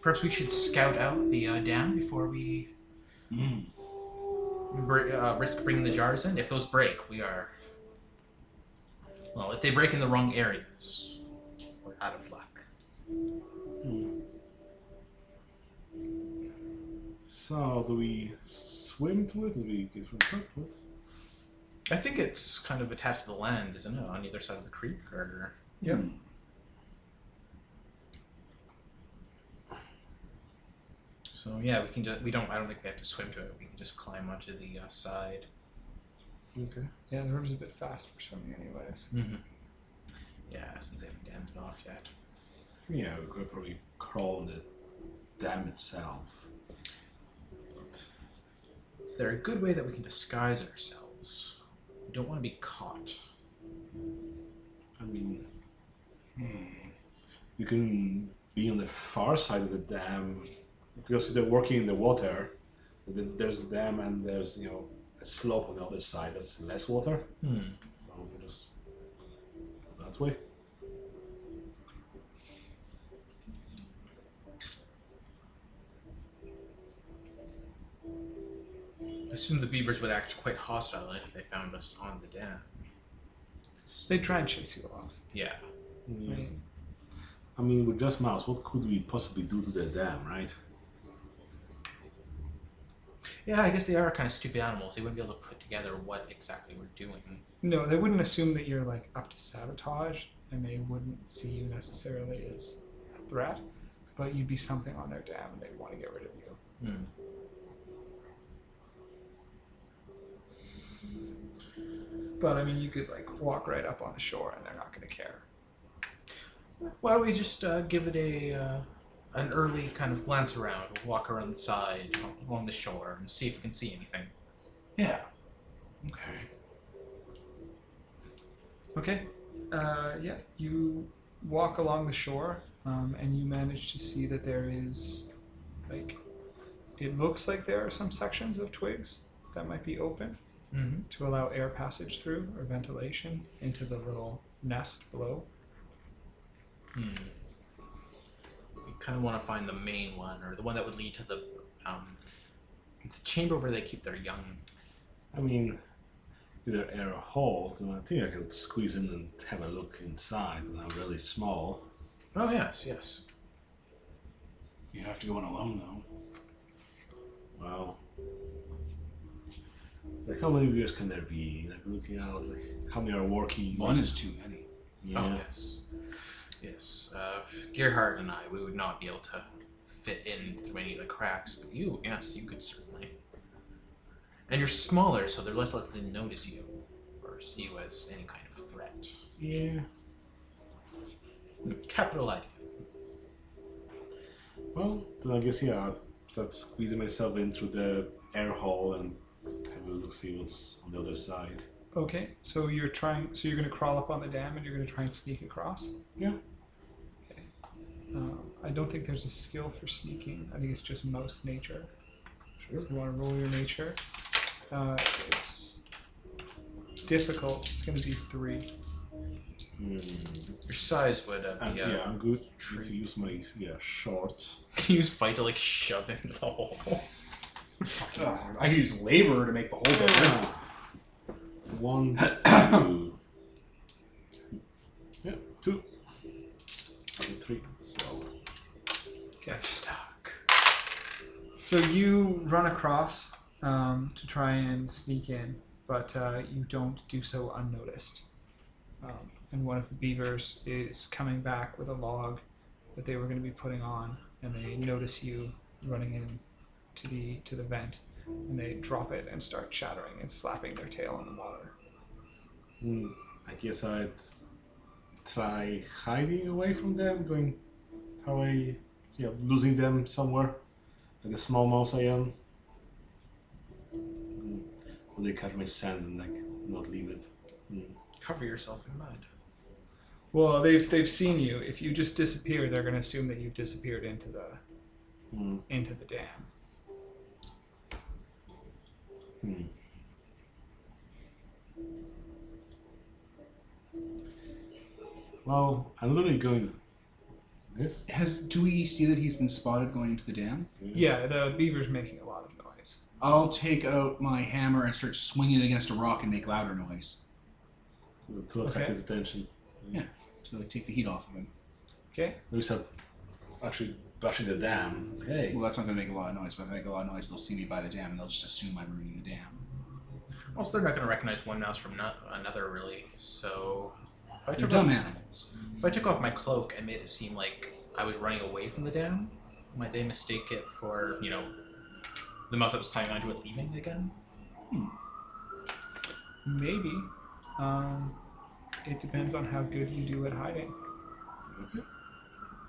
[SPEAKER 2] Perhaps we should scout out the uh, dam before we
[SPEAKER 1] Mm.
[SPEAKER 2] br- uh, risk bringing the jars in. If those break, we are. Well, if they break in the wrong areas, we're out of luck.
[SPEAKER 4] So, do we swim to it? Do we give a jump to it?
[SPEAKER 2] I think it's kind of attached to the land, isn't it? On either side of the creek, or
[SPEAKER 1] Yeah.
[SPEAKER 2] so. Yeah, we can just we don't. I don't think we have to swim to it. We can just climb onto the uh, side.
[SPEAKER 4] Okay.
[SPEAKER 3] Yeah, the river's a bit fast for swimming, anyways.
[SPEAKER 2] Mm-hmm. Yeah, since they haven't dammed it off yet.
[SPEAKER 4] Yeah, we could probably crawl in the dam itself.
[SPEAKER 2] Is there a good way that we can disguise ourselves? We don't want to be caught.
[SPEAKER 4] I mean, hmm. you can be on the far side of the dam because they're working in the water. Th- There's a dam and there's you know a slope on the other side that's less water,
[SPEAKER 2] Hmm.
[SPEAKER 4] so we can just go that way.
[SPEAKER 2] I assume the beavers would act quite hostile if they found us on the dam.
[SPEAKER 3] They try and chase you off.
[SPEAKER 2] Yeah.
[SPEAKER 4] Yeah.
[SPEAKER 3] Right?
[SPEAKER 4] I mean, with just mouse, what could we possibly do to the dam, right?
[SPEAKER 2] Yeah, I guess they are kind of stupid animals. They wouldn't be able to put together what exactly we're doing.
[SPEAKER 3] No, they wouldn't assume that you're like up to sabotage, and they wouldn't see you necessarily as a threat. But you'd be something on their dam, and they'd want to get rid of you.
[SPEAKER 2] Hmm.
[SPEAKER 3] But I mean, you could like walk right up on the shore, and they're not going to care.
[SPEAKER 2] Why don't we just uh, give it a uh, an early kind of glance around? We'll walk around the side, along the shore, and see if we can see anything.
[SPEAKER 1] Yeah. Okay.
[SPEAKER 3] Okay. Uh, yeah, you walk along the shore, um, and you manage to see that there is, like, it looks like there are some sections of twigs that might be open
[SPEAKER 2] Mm-hmm.
[SPEAKER 3] to allow air passage through or ventilation into the little nest below.
[SPEAKER 2] Hmm. We kind of want to find the main one, or the one that would lead to the um, the chamber where they keep their young.
[SPEAKER 4] I mean, either air or hole. Then I think I could squeeze in and have a look inside. And I'm really small.
[SPEAKER 2] Oh yes, yes.
[SPEAKER 1] You have to go in alone though.
[SPEAKER 4] Wow. It's Like how many viewers can there be? Like looking out, like how many are working?
[SPEAKER 1] One is too many.
[SPEAKER 4] yeah.
[SPEAKER 2] Oh yes, yes. Uh, Gerhard and I, we would not be able to fit in through any of the cracks, but you, yes, you could certainly. And you're smaller, so they're less likely to notice you or see you as any kind of threat.
[SPEAKER 4] yeah.
[SPEAKER 2] Hmm, Capital idea.
[SPEAKER 4] Well, then I guess yeah, I'll start squeezing myself in through the air hole and have a look see what's on the other side.
[SPEAKER 3] Okay, so you're trying, so you're going to crawl up on the dam and you're going to try and sneak across?
[SPEAKER 4] Yeah.
[SPEAKER 3] Okay. Um, I don't think there's a skill for sneaking, I think it's just most nature.
[SPEAKER 4] Sure.
[SPEAKER 3] So you want to roll your nature. Uh, it's difficult. It's going to be three.
[SPEAKER 4] Hmm.
[SPEAKER 2] Your size would uh,
[SPEAKER 4] Um,
[SPEAKER 2] be.
[SPEAKER 4] yeah.
[SPEAKER 2] Uh,
[SPEAKER 4] I'm good
[SPEAKER 2] Treat.
[SPEAKER 4] to use my yeah shorts.
[SPEAKER 2] Can you *laughs* use fight to like shove into the hole?
[SPEAKER 1] Ugh, I could use labor to make the hole bigger.
[SPEAKER 4] One, two. yeah, two. And three. So
[SPEAKER 2] I'm stuck.
[SPEAKER 3] So you run across um, to try and sneak in, but uh, you don't do so unnoticed. Um, and one of the beavers is coming back with a log that they were going to be putting on, and they notice you running in to the to the vent, and they drop it and start chattering and slapping their tail in the water.
[SPEAKER 4] Hmm, I guess I'd try hiding away from them, going far away, yeah, losing them somewhere. Like a small mouse I am. Hmm. Will they catch my sand and like not leave it? Hmm.
[SPEAKER 2] Cover yourself in mud.
[SPEAKER 3] Well, they've they've seen you. If you just disappear, they're going to assume that you've disappeared into the
[SPEAKER 4] Hmm.
[SPEAKER 3] into the dam.
[SPEAKER 4] Hmm. Well, I'm literally going this.
[SPEAKER 1] Has do we see that he's been spotted going into the dam?
[SPEAKER 3] Yeah, the beaver's making a lot of noise.
[SPEAKER 1] I'll take out my hammer and start swinging it against a rock and make louder noise.
[SPEAKER 4] To attract
[SPEAKER 3] Okay.
[SPEAKER 4] his attention.
[SPEAKER 1] to like take the heat off of him.
[SPEAKER 2] Okay.
[SPEAKER 4] We start actually bashing the dam. Hey.
[SPEAKER 1] Well, that's not gonna make a lot of noise, but if I make a lot of noise, they'll see me by the dam and they'll just assume I'm ruining the dam.
[SPEAKER 2] Also, they're not going to recognize one mouse from not another, really. So, if I
[SPEAKER 1] They're
[SPEAKER 2] took
[SPEAKER 1] dumb
[SPEAKER 2] off,
[SPEAKER 1] animals.
[SPEAKER 2] if I took off my cloak and made it seem like I was running away from the dam, might they mistake it for you know the mouse that was climbing onto it leaving again?
[SPEAKER 3] Maybe. Um, it depends on how good you do at hiding.
[SPEAKER 1] Okay.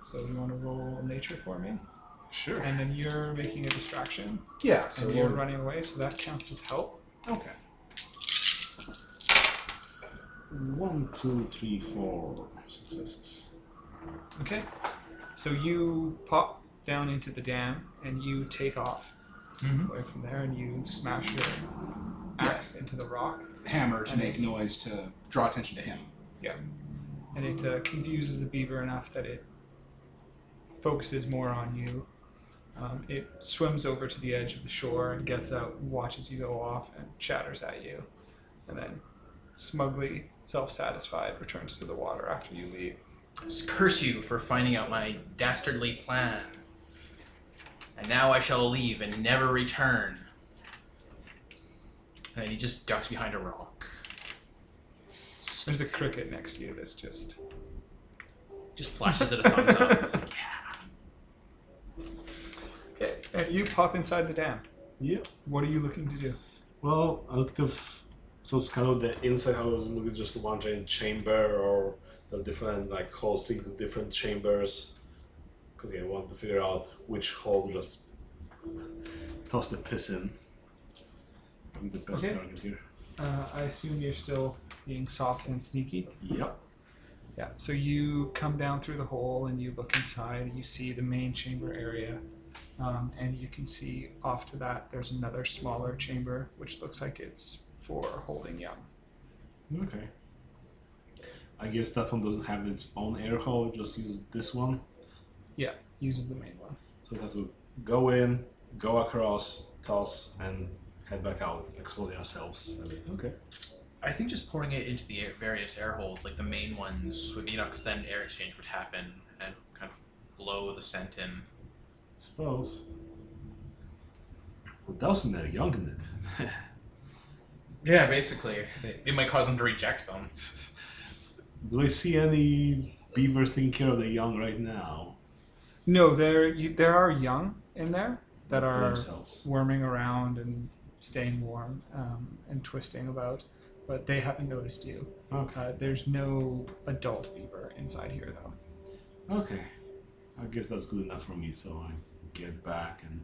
[SPEAKER 3] So you want to roll nature for me,
[SPEAKER 1] Sure.
[SPEAKER 3] and then you're making a distraction,
[SPEAKER 1] Yeah. So
[SPEAKER 3] and you're
[SPEAKER 1] we'll-
[SPEAKER 3] running away, so that counts as help.
[SPEAKER 1] okay.
[SPEAKER 4] One, two, three, four successes.
[SPEAKER 3] Okay. So you pop down into the dam, and you take off
[SPEAKER 2] Mm-hmm.
[SPEAKER 3] away from there, and you smash your axe into the rock,
[SPEAKER 1] Hammer to
[SPEAKER 3] And
[SPEAKER 1] make
[SPEAKER 3] it's-
[SPEAKER 1] noise to draw attention to him.
[SPEAKER 3] and it uh, confuses the beaver enough that it focuses more on you. Um, it swims over to the edge of the shore and gets out, watches you go off, and chatters at you, and then smugly, self-satisfied, returns to the water after you leave.
[SPEAKER 2] Curse you for finding out my dastardly plan. And now I shall leave and never return. And then he just ducks behind a rock.
[SPEAKER 3] There's a cricket next to you that's just
[SPEAKER 2] Just flashes it a thumbs *laughs* up.
[SPEAKER 3] Okay, uh, you pop inside the dam.
[SPEAKER 4] Yeah.
[SPEAKER 3] What are you looking to do?
[SPEAKER 4] Well, I looked at so it's kind of the inside how it's looking just one giant chamber or the different like holes lead to different chambers. Cause yeah, I want to figure out which hole just toss the piss in. I'm the best
[SPEAKER 3] Okay.
[SPEAKER 4] target here.
[SPEAKER 3] Uh, I assume you're still being soft and sneaky.
[SPEAKER 4] Yep.
[SPEAKER 3] Yeah. So you come down through the hole and you look inside. And you see the main chamber area, um, and you can see off to that there's another smaller chamber which looks like it's for holding young.
[SPEAKER 4] Okay. I guess that one doesn't have its own air hole, it just uses this one.
[SPEAKER 3] Uses the main one.
[SPEAKER 4] So it has to go in, go across, toss, and head back out, exploding ourselves. Okay.
[SPEAKER 2] I think just pouring it into the air, various air holes, like the main ones, would be enough because then air exchange would happen and kind of blow the scent in.
[SPEAKER 4] Suppose. Well, that wasn't that young in it.
[SPEAKER 2] Yeah, basically. It might cause them to reject them.
[SPEAKER 4] Do I see any beavers taking care of the young right now?
[SPEAKER 3] No, there you, there are young in there that
[SPEAKER 4] By
[SPEAKER 3] are
[SPEAKER 4] themselves.
[SPEAKER 3] worming around and staying warm um, and twisting about, but they haven't noticed you.
[SPEAKER 4] Okay.
[SPEAKER 3] Uh, there's no adult beaver inside here, though.
[SPEAKER 4] Okay. I guess that's good enough for me. So I get back and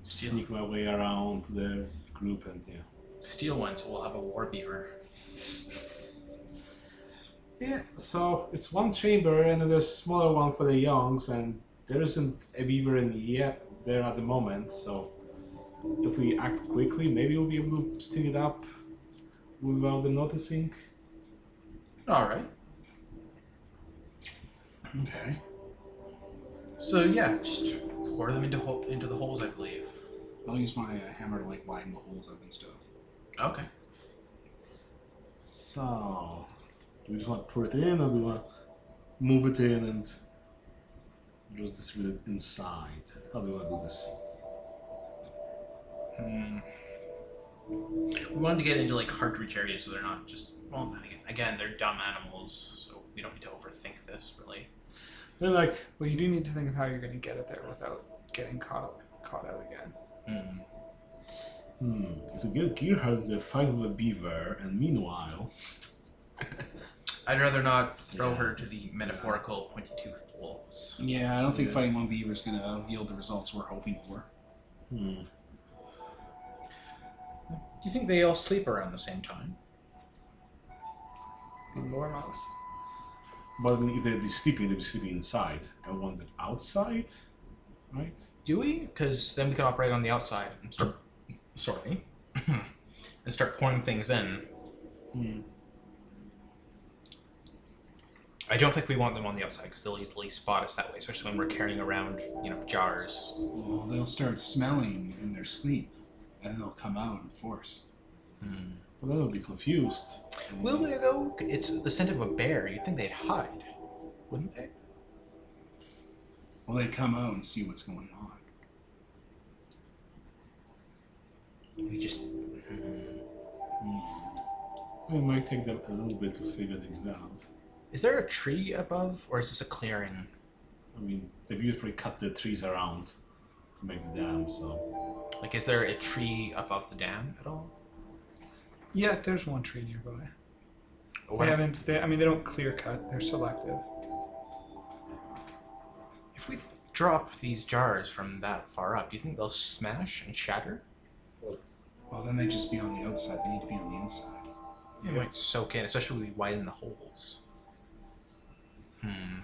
[SPEAKER 2] Steal.
[SPEAKER 4] sneak my way around the group and yeah.
[SPEAKER 2] Steal one, so we'll have a war beaver.
[SPEAKER 4] Yeah. So it's one chamber and then there's a smaller one for the youngs and there isn't a beaver in yet there at the moment. So if we act quickly, maybe we'll be able to sting it up without them noticing.
[SPEAKER 2] Alright.
[SPEAKER 1] Okay.
[SPEAKER 2] So, yeah, just pour them into, hole into the holes, I believe.
[SPEAKER 1] I'll use my uh, hammer to like widen the holes up and stuff.
[SPEAKER 2] Okay.
[SPEAKER 4] So do we just want to pour it in or do we want to move it in and just distribute it inside? How do we want to do this?
[SPEAKER 2] Hmm. We wanted to get into like hard to reach areas so they're not just well then again, again they're dumb animals so we don't need to overthink this really.
[SPEAKER 4] Then like
[SPEAKER 3] Well, you do need to think of how you're going to get it there without getting caught up, caught out again.
[SPEAKER 2] Hmm.
[SPEAKER 4] Hmm, if we get Gearhart into a fight with a beaver, and meanwhile,
[SPEAKER 2] I'd rather not throw
[SPEAKER 4] Yeah.
[SPEAKER 2] her to the metaphorical pointy toothed wolves.
[SPEAKER 1] Yeah, I don't think
[SPEAKER 4] Yeah.
[SPEAKER 1] fighting one beaver is gonna yield the results we're hoping for.
[SPEAKER 4] hmm,
[SPEAKER 2] Do you think they all sleep around the same time?
[SPEAKER 3] Be Mouse.
[SPEAKER 4] but I mean, if they'd be sleeping, they'd be sleeping inside. I want them outside, right?
[SPEAKER 2] Do we? Because then we can operate on the outside and start sorry. *laughs* and start pouring things in.
[SPEAKER 4] Hmm.
[SPEAKER 2] I don't think we want them on the outside because they'll easily spot us that way, especially when we're carrying around, you know, jars.
[SPEAKER 1] Well, they'll start smelling in their sleep, and they'll come out in force.
[SPEAKER 2] Hmm.
[SPEAKER 4] Well, then I'll be confused.
[SPEAKER 2] Will they though? It's the scent of a bear. You'd think they'd hide, wouldn't they?
[SPEAKER 1] Well, they come out and see what's going on.
[SPEAKER 2] We just
[SPEAKER 4] It might take them a little bit to figure things out.
[SPEAKER 2] is there a tree above, or is this a clearing?
[SPEAKER 4] I mean, they've usually cut the trees around to make the dam, so.
[SPEAKER 2] Like, is there a tree above the dam at all?
[SPEAKER 3] Yeah, there's one tree nearby.
[SPEAKER 2] Or
[SPEAKER 3] They
[SPEAKER 2] what-
[SPEAKER 3] haven't. They, I mean, they don't clear cut. They're selective.
[SPEAKER 2] If we drop these jars from that far up, do you think they'll smash and shatter?
[SPEAKER 1] Well, then they just be on the outside. They need to be on the inside.
[SPEAKER 2] It might soak in, especially if we widen the holes. Hmm.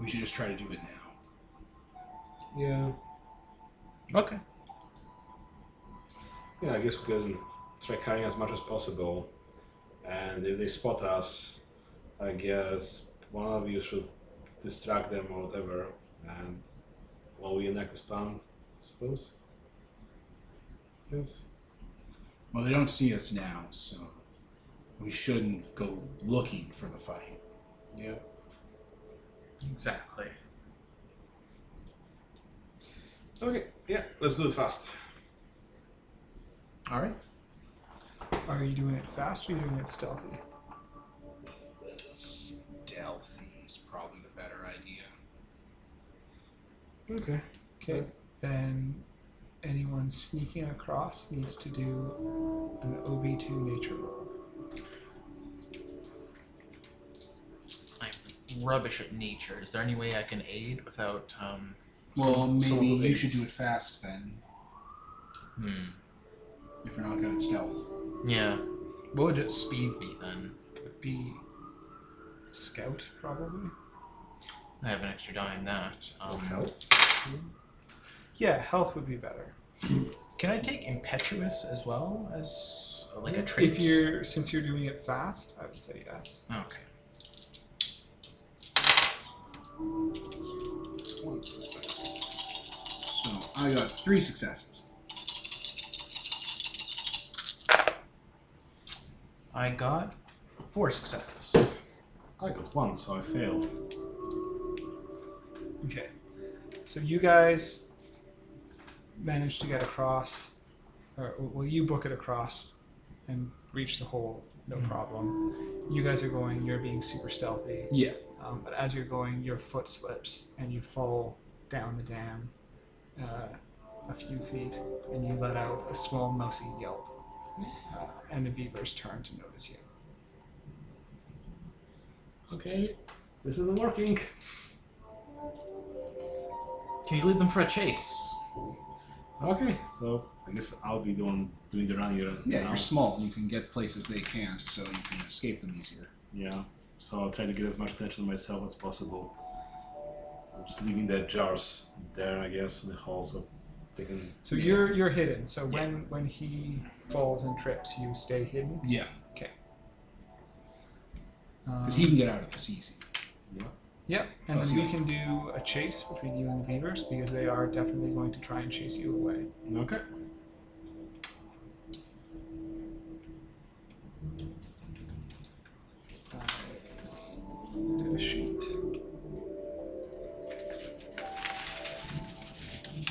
[SPEAKER 1] We should just try to do it now.
[SPEAKER 4] Yeah.
[SPEAKER 2] Okay.
[SPEAKER 4] Yeah, I guess we can try carrying as much as possible. And if they spot us, I guess one of you should distract them or whatever. And while we enact this plan, I suppose. Yes.
[SPEAKER 1] Well, they don't see us now, so we shouldn't go looking for the fight.
[SPEAKER 4] Yeah.
[SPEAKER 2] Exactly.
[SPEAKER 4] Okay. Yeah. Let's do it fast.
[SPEAKER 1] All right.
[SPEAKER 3] Are you doing it fast or are you doing it stealthy?
[SPEAKER 1] Stealthy is probably the better idea.
[SPEAKER 4] Okay.
[SPEAKER 3] Okay. Then anyone sneaking across needs to do an OB2 nature roll.
[SPEAKER 2] I'm rubbish at nature. Is there any way I can aid without um?
[SPEAKER 1] Well,
[SPEAKER 4] Some-
[SPEAKER 1] maybe
[SPEAKER 4] some of the-
[SPEAKER 1] you should do it fast then,
[SPEAKER 2] Hmm.
[SPEAKER 1] if you're not good at stealth.
[SPEAKER 2] Yeah. What would it speed be then?
[SPEAKER 3] Would be scout probably.
[SPEAKER 2] I have an extra die in that. Um,
[SPEAKER 3] Yeah, health would be better.
[SPEAKER 2] Can I take impetuous as well as uh, like a trait? Oh,
[SPEAKER 3] If you're since you're doing it fast, I would say yes.
[SPEAKER 2] okay.
[SPEAKER 4] One second.
[SPEAKER 1] So I got three successes.
[SPEAKER 2] I got four successes.
[SPEAKER 4] I got one, so I failed.
[SPEAKER 3] Okay. So you guys manage to get across, or well, you book it across and reach the hole, no
[SPEAKER 2] Mhm.
[SPEAKER 3] problem. You guys are going. You're being super stealthy.
[SPEAKER 1] Yeah.
[SPEAKER 3] Um, but as you're going, your foot slips and you fall down the dam uh, a few feet, and you let out a small mousy yelp. Uh, and the beavers turn to notice you.
[SPEAKER 4] Okay. This isn't working.
[SPEAKER 2] Can you lead them for a chase? *laughs*
[SPEAKER 4] Okay. So I guess I'll be the one doing the run here.
[SPEAKER 1] Yeah,
[SPEAKER 4] now.
[SPEAKER 1] you're small. You can get places they can't, so you can escape them easier.
[SPEAKER 4] Yeah, so I'll try to get as much attention to myself as possible. I'm just leaving the jars there, I guess, in the hall, so they can.
[SPEAKER 3] So you're you're hidden. So when when he falls and trips, you stay hidden.
[SPEAKER 1] Yeah,
[SPEAKER 3] Um,
[SPEAKER 1] because he can get out of this easy.
[SPEAKER 4] Yeah.
[SPEAKER 3] Yep. And
[SPEAKER 1] Oh,
[SPEAKER 3] then
[SPEAKER 1] so-
[SPEAKER 3] we can do a chase between you and the beavers because they are definitely going to try and chase you away.
[SPEAKER 4] Okay.
[SPEAKER 3] Did a sheet.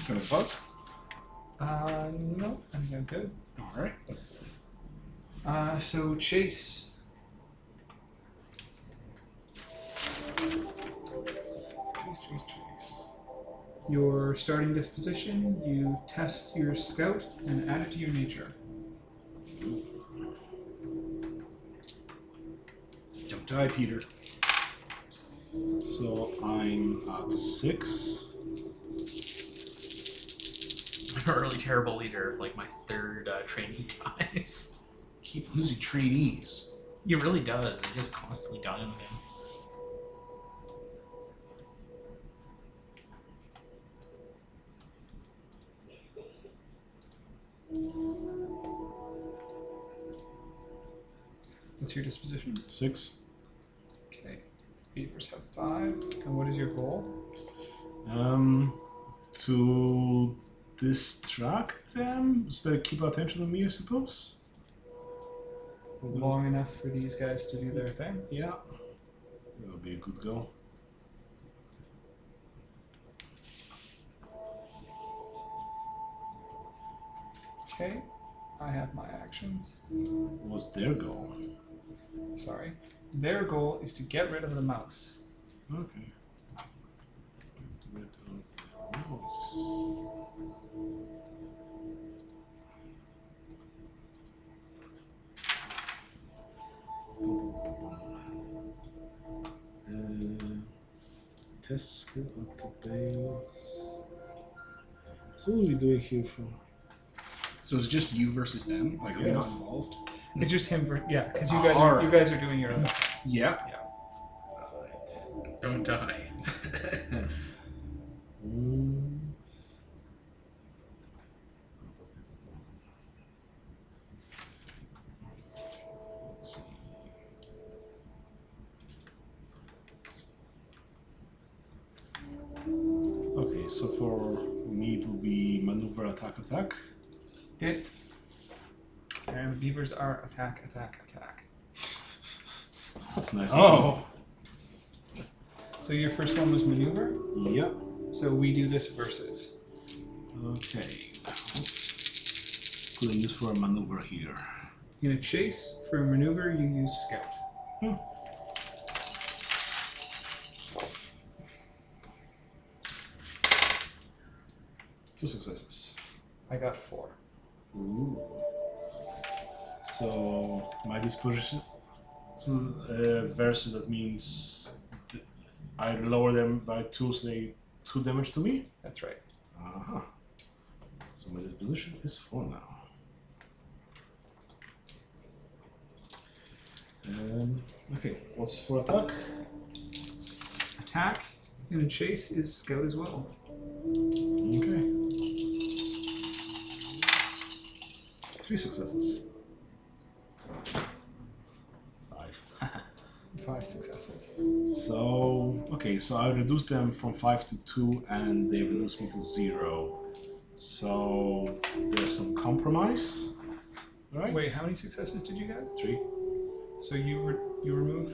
[SPEAKER 1] Got a buzz?
[SPEAKER 3] Uh, no, I think I'm good.
[SPEAKER 1] All right.
[SPEAKER 3] Uh, so chase. Chase, chase, chase. Your starting disposition, you test your scout and add it to your nature.
[SPEAKER 1] Don't die, Peter.
[SPEAKER 4] So I'm at six.
[SPEAKER 2] I'm a really terrible leader of like my third uh, trainee *laughs* dies.
[SPEAKER 1] Keep losing trainees.
[SPEAKER 2] he really does. They just constantly die on him.
[SPEAKER 3] What's what's your disposition?
[SPEAKER 4] Six.
[SPEAKER 3] Okay. Beavers have five. And what is your goal?
[SPEAKER 4] Um, to distract them, so they keep attention on me, I suppose.
[SPEAKER 3] Long enough for these guys to do their thing.
[SPEAKER 4] Yeah, that would be a good goal.
[SPEAKER 3] Okay. I have my actions.
[SPEAKER 4] What's their goal?
[SPEAKER 3] Sorry. Their goal is to get rid of the mouse.
[SPEAKER 4] Okay. Red on mouse. Uh, Test skill up to base. So what are we doing here for?
[SPEAKER 1] So is it just you versus them? Like, are we not
[SPEAKER 4] Yes.
[SPEAKER 1] involved?
[SPEAKER 3] It's just him for yeah, because you guys are you guys are doing your own.
[SPEAKER 1] Yeah.
[SPEAKER 2] Don't die.
[SPEAKER 4] Mm. Let's see. Okay, so for me it will be maneuver, attack, attack.
[SPEAKER 3] Hit. And the beavers are attack, attack, attack.
[SPEAKER 4] That's nice.
[SPEAKER 1] Oh.
[SPEAKER 3] So your first one was maneuver.
[SPEAKER 4] yeah.
[SPEAKER 3] So we do this versus.
[SPEAKER 4] Okay. Let's claim this for a maneuver here.
[SPEAKER 3] In a chase, for a maneuver, you use scout.
[SPEAKER 4] Two successes.
[SPEAKER 3] I got four.
[SPEAKER 4] Ooh. So my disposition uh, versus that means th- I lower them by two, so they two damage to me.
[SPEAKER 3] That's right.
[SPEAKER 4] Uh huh. So my disposition is four now. Um, okay, what's for attack?
[SPEAKER 3] Attack in a chase is scout as well.
[SPEAKER 4] Okay. Three successes. Five.
[SPEAKER 3] Five successes.
[SPEAKER 4] So okay, so I reduce them from five to two, and they reduce me to zero. So there's some compromise, right?
[SPEAKER 3] Wait, how many successes did you get?
[SPEAKER 4] three?
[SPEAKER 3] So you were you remove.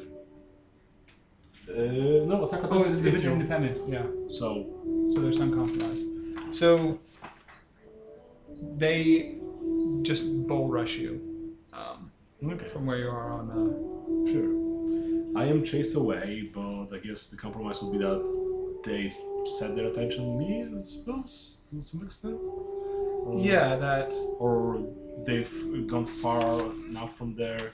[SPEAKER 4] Uh, no, attack attack.
[SPEAKER 3] Oh, it's, it's
[SPEAKER 4] individual.
[SPEAKER 3] independent. Yeah.
[SPEAKER 4] So
[SPEAKER 3] So there's some compromise. So they just bull rush you um,
[SPEAKER 4] okay,
[SPEAKER 3] from where you are on. Uh,
[SPEAKER 4] sure. I am chased away, but I guess the compromise will be that they've set their attention on me, I suppose, to some extent. Or-
[SPEAKER 3] yeah, that
[SPEAKER 4] Or they've gone far enough from their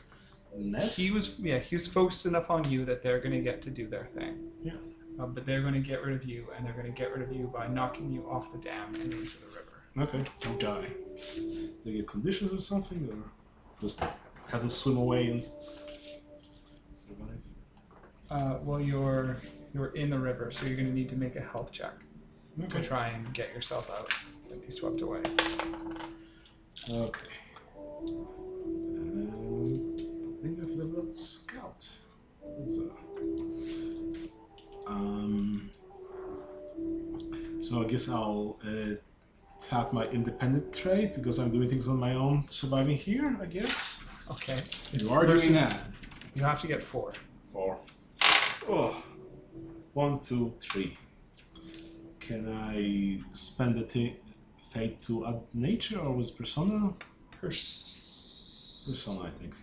[SPEAKER 4] nest.
[SPEAKER 3] he was. Yeah, he was focused enough on you that they're gonna get to do their thing.
[SPEAKER 4] Yeah.
[SPEAKER 3] Uh, but they're gonna get rid of you, and they're gonna get rid of you by knocking you off the dam and into the river.
[SPEAKER 4] Okay. Don't die. They get conditions or something, or just have to swim away and survive.
[SPEAKER 3] Uh, well, you're you're in the river, so you're gonna need to make a health check to
[SPEAKER 4] Okay.
[SPEAKER 3] try and get yourself out and be swept away.
[SPEAKER 4] Okay. Um, I think I've leveled up scout. So, um, so I guess I'll uh, tap my independent trait because I'm doing things on my own, surviving here. I guess.
[SPEAKER 3] Okay.
[SPEAKER 1] You are doing
[SPEAKER 3] versus-
[SPEAKER 1] that.
[SPEAKER 3] You have to get four.
[SPEAKER 4] Four. Oh. One, two, three. Can I spend the t- fate to add nature or with persona?
[SPEAKER 3] Pers-
[SPEAKER 4] Persona, I think.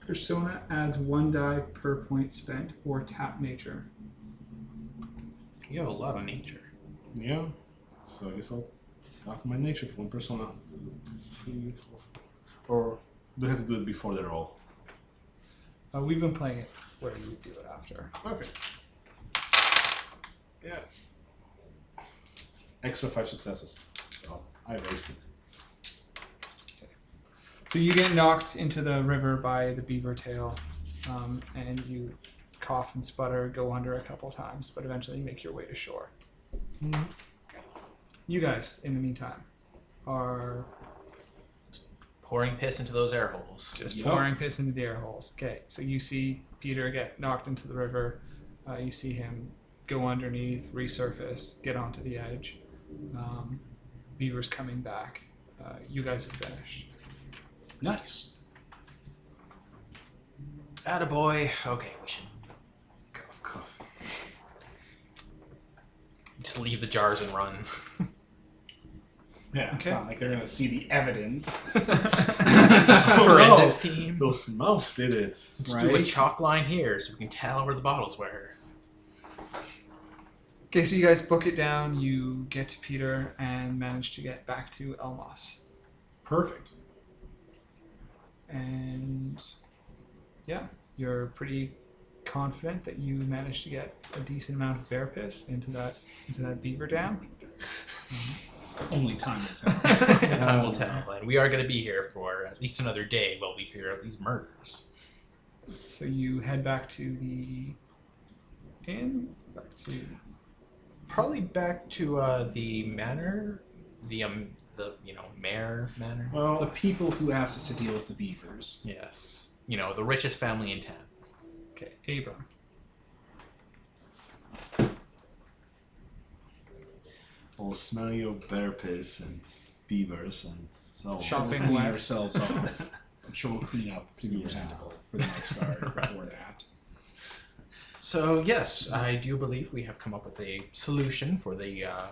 [SPEAKER 3] persona adds one die per point spent or tap nature.
[SPEAKER 2] You have a lot of nature.
[SPEAKER 4] Yeah. So I guess I'll tap my nature for one persona. Three, four. Or do I have to do it before the roll?
[SPEAKER 3] Uh, we've been playing it where you do it after.
[SPEAKER 4] Okay. Yeah. Extra five successes. So I wasted.
[SPEAKER 3] So you get knocked into the river by the beaver tail, um, and you cough and sputter, go under a couple times, but eventually you make your way to shore. Mm-hmm. You guys, in the meantime, are
[SPEAKER 2] pouring piss into those air holes.
[SPEAKER 3] just
[SPEAKER 1] Yep.
[SPEAKER 3] pouring piss into the air holes. Okay, so you see Peter get knocked into the river. Uh, you see him go underneath, resurface, get onto the edge. Um, Beaver's coming back. Uh, you guys have finished.
[SPEAKER 1] Nice.
[SPEAKER 2] Attaboy. Okay, we should
[SPEAKER 4] Cough, cough.
[SPEAKER 2] just leave the jars and run. *laughs*
[SPEAKER 3] *laughs*
[SPEAKER 5] Yeah, it's
[SPEAKER 3] Okay.
[SPEAKER 5] not like they're gonna see the evidence.
[SPEAKER 3] Oh,
[SPEAKER 2] Forensics team.
[SPEAKER 4] Those mouths did it.
[SPEAKER 2] Let's do a
[SPEAKER 5] Right.
[SPEAKER 2] chalk line here so we can tell where the bottles *laughs* were.
[SPEAKER 3] Okay, so you guys book it down. You get to Peter and manage to get back to Elmos.
[SPEAKER 1] *laughs* Perfect.
[SPEAKER 3] And yeah, you're pretty confident that you managed to get a decent amount of bear piss into that into that beaver dam.
[SPEAKER 5] Only time will tell.
[SPEAKER 2] Time will tell, and we are going to be here for at least another day while we figure out these murders.
[SPEAKER 3] So you head back to the inn, back to
[SPEAKER 2] Probably back to uh, the manor, the um, the you know mayor manor.
[SPEAKER 1] The
[SPEAKER 4] Well,
[SPEAKER 1] people who asked us to deal with the beavers.
[SPEAKER 2] Yes, you know the richest family in town.
[SPEAKER 3] okay, Abram.
[SPEAKER 4] we'll smell your bear piss and beavers and so on.
[SPEAKER 3] Shopping
[SPEAKER 1] we'll clean
[SPEAKER 3] wet.
[SPEAKER 1] ourselves off. I'm sure we'll clean up to be
[SPEAKER 4] Yeah.
[SPEAKER 1] presentable for the
[SPEAKER 5] *laughs*
[SPEAKER 1] next guard before that.
[SPEAKER 2] So yes, I do believe we have come up with a solution for the uh,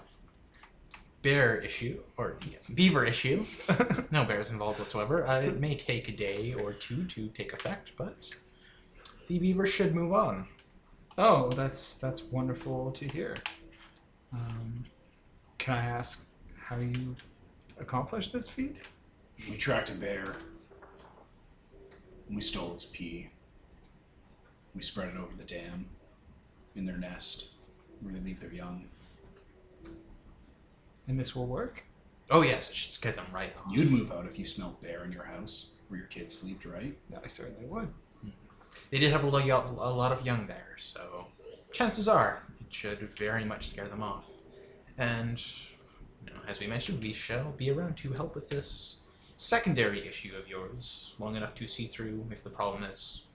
[SPEAKER 2] bear issue or the beaver issue. *laughs* no bears involved whatsoever. Uh, it may take a day or two to take effect, but the beaver should move on.
[SPEAKER 3] Oh, that's that's wonderful to hear. Um, can I ask how you accomplished this feat?
[SPEAKER 1] We tracked a bear. And we stole its pee. We spread it over the dam, in their nest, where they leave their young.
[SPEAKER 3] And this will work.
[SPEAKER 2] Oh yes, it should scare them right off.
[SPEAKER 1] You'd move out if you smelled bear in your house, where your kids sleeped, right?
[SPEAKER 3] Yeah, I certainly would.
[SPEAKER 2] They did have a lot, a lot of young there, so chances are it should very much scare them off. And you know, as we mentioned, we shall be around to help with this secondary issue of yours long enough to see through if the problem is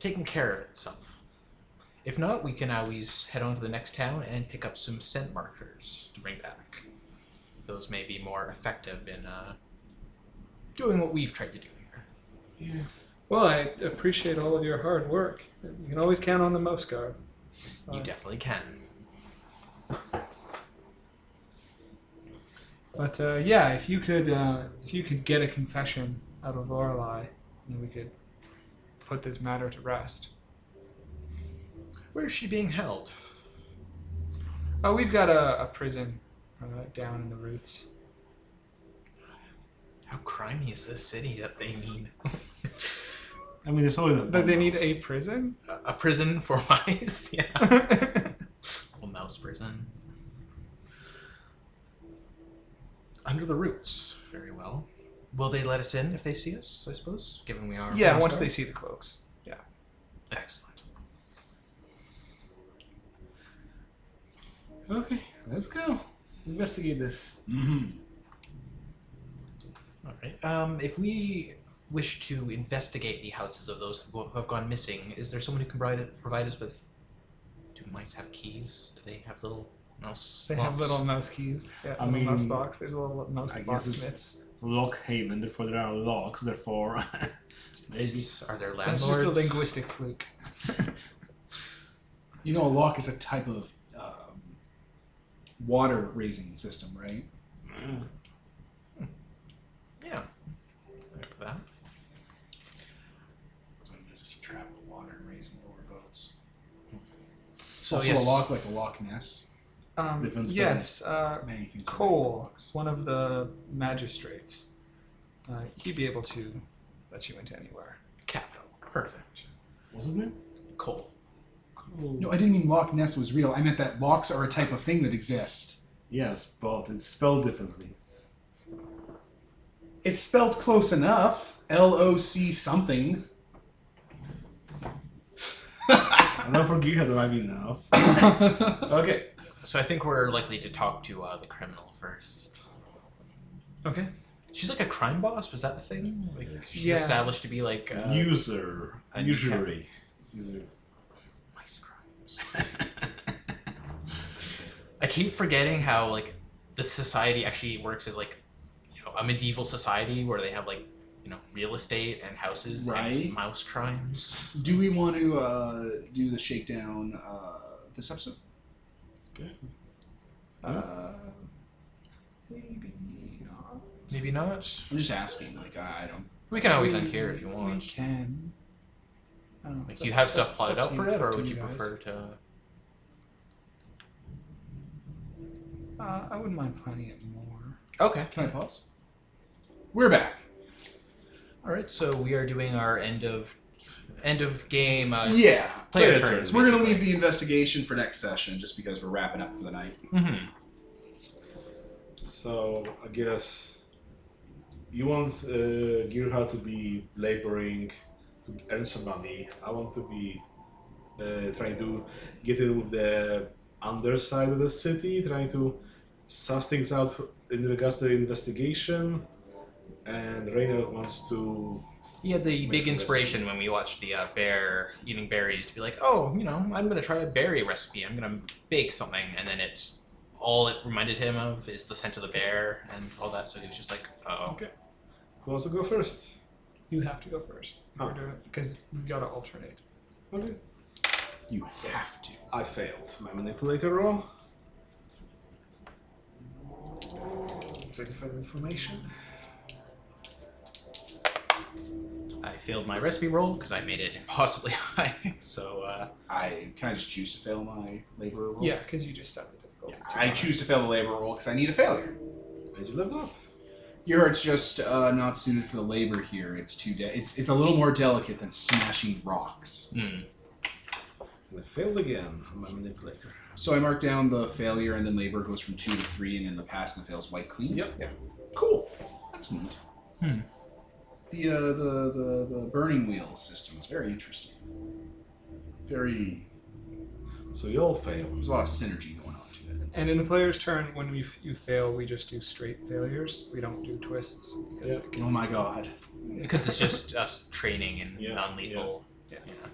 [SPEAKER 2] taken care of itself. If not, we can always head on to the next town and pick up some scent markers to bring back. Those may be more effective in uh, doing what we've tried to do here.
[SPEAKER 3] Well, I appreciate all of your hard work. You can always count on the most guard.
[SPEAKER 2] You
[SPEAKER 3] Right.
[SPEAKER 2] definitely can.
[SPEAKER 3] But uh, yeah, if you could, uh, if you could get a confession out of Lorelai, then we could put this matter to rest.
[SPEAKER 2] Where is she being held?
[SPEAKER 3] Oh, we've got a, a prison uh, down in the roots.
[SPEAKER 2] How crimey is this city that they need
[SPEAKER 4] I mean, it's always a
[SPEAKER 3] But they need
[SPEAKER 4] boathouse.
[SPEAKER 3] a prison? *laughs*
[SPEAKER 2] a a prison for *laughs* mice? yeah, a mouse prison. Under the roots, very well. Will they let us in if they see us? I suppose, given we are.
[SPEAKER 3] yeah,
[SPEAKER 2] mouse
[SPEAKER 3] once they
[SPEAKER 2] guards?
[SPEAKER 3] see the cloaks.
[SPEAKER 2] Excellent.
[SPEAKER 4] Okay, let's go. Investigate this.
[SPEAKER 1] Mm-hmm.
[SPEAKER 2] All right. Um, if we wish to investigate the houses of those who have gone missing, is there someone who can provide, provide us with? Do mice have keys? Do they have little mouse?
[SPEAKER 3] They have
[SPEAKER 2] locks?
[SPEAKER 3] little mouse keys. Yeah,
[SPEAKER 4] I
[SPEAKER 3] little mouse
[SPEAKER 4] mean,
[SPEAKER 3] locks. There's a little mouse
[SPEAKER 4] I guess it's-
[SPEAKER 3] locksmiths.
[SPEAKER 4] Lock haven, therefore there are locks, therefore. *laughs* maybe.
[SPEAKER 2] Is- Are there landlords?
[SPEAKER 3] That's just a linguistic fluke.
[SPEAKER 1] You know, a lock is a type of um, water raising system, right?
[SPEAKER 4] Mm.
[SPEAKER 2] Yeah. Remember that.
[SPEAKER 1] So you just trap the water and raising lower boats.
[SPEAKER 2] So
[SPEAKER 1] also,
[SPEAKER 2] yes,
[SPEAKER 1] a lock like a Loch Ness.
[SPEAKER 3] Um,
[SPEAKER 4] Different
[SPEAKER 3] yes, uh,
[SPEAKER 1] Many things. are like
[SPEAKER 3] Cole,
[SPEAKER 1] locks.
[SPEAKER 3] one of the magistrates, uh, he'd be able to let you into anywhere.
[SPEAKER 2] capital. Perfect.
[SPEAKER 4] What's his name?
[SPEAKER 2] Cool.
[SPEAKER 1] No, I didn't mean Loch Ness was real. I meant that locks are a type of thing that exists.
[SPEAKER 4] Yes, but it's spelled differently.
[SPEAKER 1] It's spelled close enough. L O C something.
[SPEAKER 4] I don't forget that might be enough.
[SPEAKER 1] okay.
[SPEAKER 2] So I think we're likely to talk to uh, the criminal first.
[SPEAKER 3] Okay.
[SPEAKER 2] She's like a crime boss. Was that the thing? Like she's
[SPEAKER 3] Yeah.
[SPEAKER 2] established to be like uh,
[SPEAKER 4] User.
[SPEAKER 2] a
[SPEAKER 4] Usury.
[SPEAKER 2] Mice crimes. I keep forgetting how like the society actually works as like you know a medieval society where they have like you know real estate and houses
[SPEAKER 1] Right.
[SPEAKER 2] and mouse crimes.
[SPEAKER 1] Do we want to uh, do the shakedown uh, this episode?
[SPEAKER 3] Uh, maybe not.
[SPEAKER 2] Maybe not.
[SPEAKER 1] I'm just asking. Like I, I don't.
[SPEAKER 2] We can always end here if you
[SPEAKER 3] We
[SPEAKER 2] want.
[SPEAKER 3] can. I don't know.
[SPEAKER 2] Like,
[SPEAKER 3] it's
[SPEAKER 2] do you
[SPEAKER 3] up-
[SPEAKER 2] have
[SPEAKER 3] it's
[SPEAKER 2] stuff
[SPEAKER 3] up- it's
[SPEAKER 2] plotted
[SPEAKER 3] up
[SPEAKER 2] out
[SPEAKER 3] to
[SPEAKER 2] for
[SPEAKER 3] it's
[SPEAKER 2] it,
[SPEAKER 3] up
[SPEAKER 2] or
[SPEAKER 3] to
[SPEAKER 2] would you
[SPEAKER 3] guys.
[SPEAKER 2] prefer to?
[SPEAKER 3] Uh, I wouldn't mind planning it more.
[SPEAKER 2] Okay.
[SPEAKER 1] Can I pause? We're back.
[SPEAKER 2] All right. So we are doing our end of end of game uh,
[SPEAKER 1] Yeah,
[SPEAKER 2] player,
[SPEAKER 4] player
[SPEAKER 2] turns.
[SPEAKER 4] turns.
[SPEAKER 1] we're gonna leave the investigation for next session, just because we're wrapping up for the night.
[SPEAKER 2] hmm
[SPEAKER 4] So I guess you want uh, Girha to be laboring to earn some money. I want to be uh, trying to get in with the underside of the city, trying to suss things out in regards to the investigation. And Reynard wants to.
[SPEAKER 2] He had the
[SPEAKER 4] Makes
[SPEAKER 2] big
[SPEAKER 4] some
[SPEAKER 2] inspiration when we watched the uh, bear eating berries to be like, oh, you know, I'm gonna try a berry recipe. I'm gonna bake something, and then it's all it reminded him of is the scent of the bear and all that. So he was just like, oh,
[SPEAKER 4] Who wants to go first?
[SPEAKER 3] You have to go first.
[SPEAKER 4] Oh.
[SPEAKER 3] Because we've got to alternate.
[SPEAKER 4] Okay.
[SPEAKER 1] You have to.
[SPEAKER 4] I failed my manipulator roll. Trying to find information.
[SPEAKER 2] I failed my recipe roll because I made it impossibly *laughs* high. so uh,
[SPEAKER 1] I can I just choose to fail my labor roll.
[SPEAKER 3] Yeah, because you just set the difficulty. to
[SPEAKER 1] I
[SPEAKER 3] high.
[SPEAKER 1] choose to fail the labor roll because I need a failure.
[SPEAKER 4] Did you level up?
[SPEAKER 1] Your heart's just uh, not suited for the labor here. It's too de- it's it's a little more delicate than smashing rocks.
[SPEAKER 2] hmm.
[SPEAKER 4] And I failed again on my manipulator.
[SPEAKER 1] So I mark down the failure, and then labor goes from two to three, and then the pass and the fails white clean.
[SPEAKER 4] Yep.
[SPEAKER 3] Yeah.
[SPEAKER 1] Cool. That's neat.
[SPEAKER 2] Hmm.
[SPEAKER 1] The, uh, the the the burning wheel system is very interesting. Very
[SPEAKER 4] So you all failed.
[SPEAKER 1] there's a lot of synergy going on to it.
[SPEAKER 3] And in the player's turn, when we f- you fail, we just do straight failures. We don't do twists because
[SPEAKER 4] Yeah.
[SPEAKER 3] it gets
[SPEAKER 1] Oh my god,
[SPEAKER 2] because it's just us training and
[SPEAKER 4] Yeah,
[SPEAKER 2] non-lethal.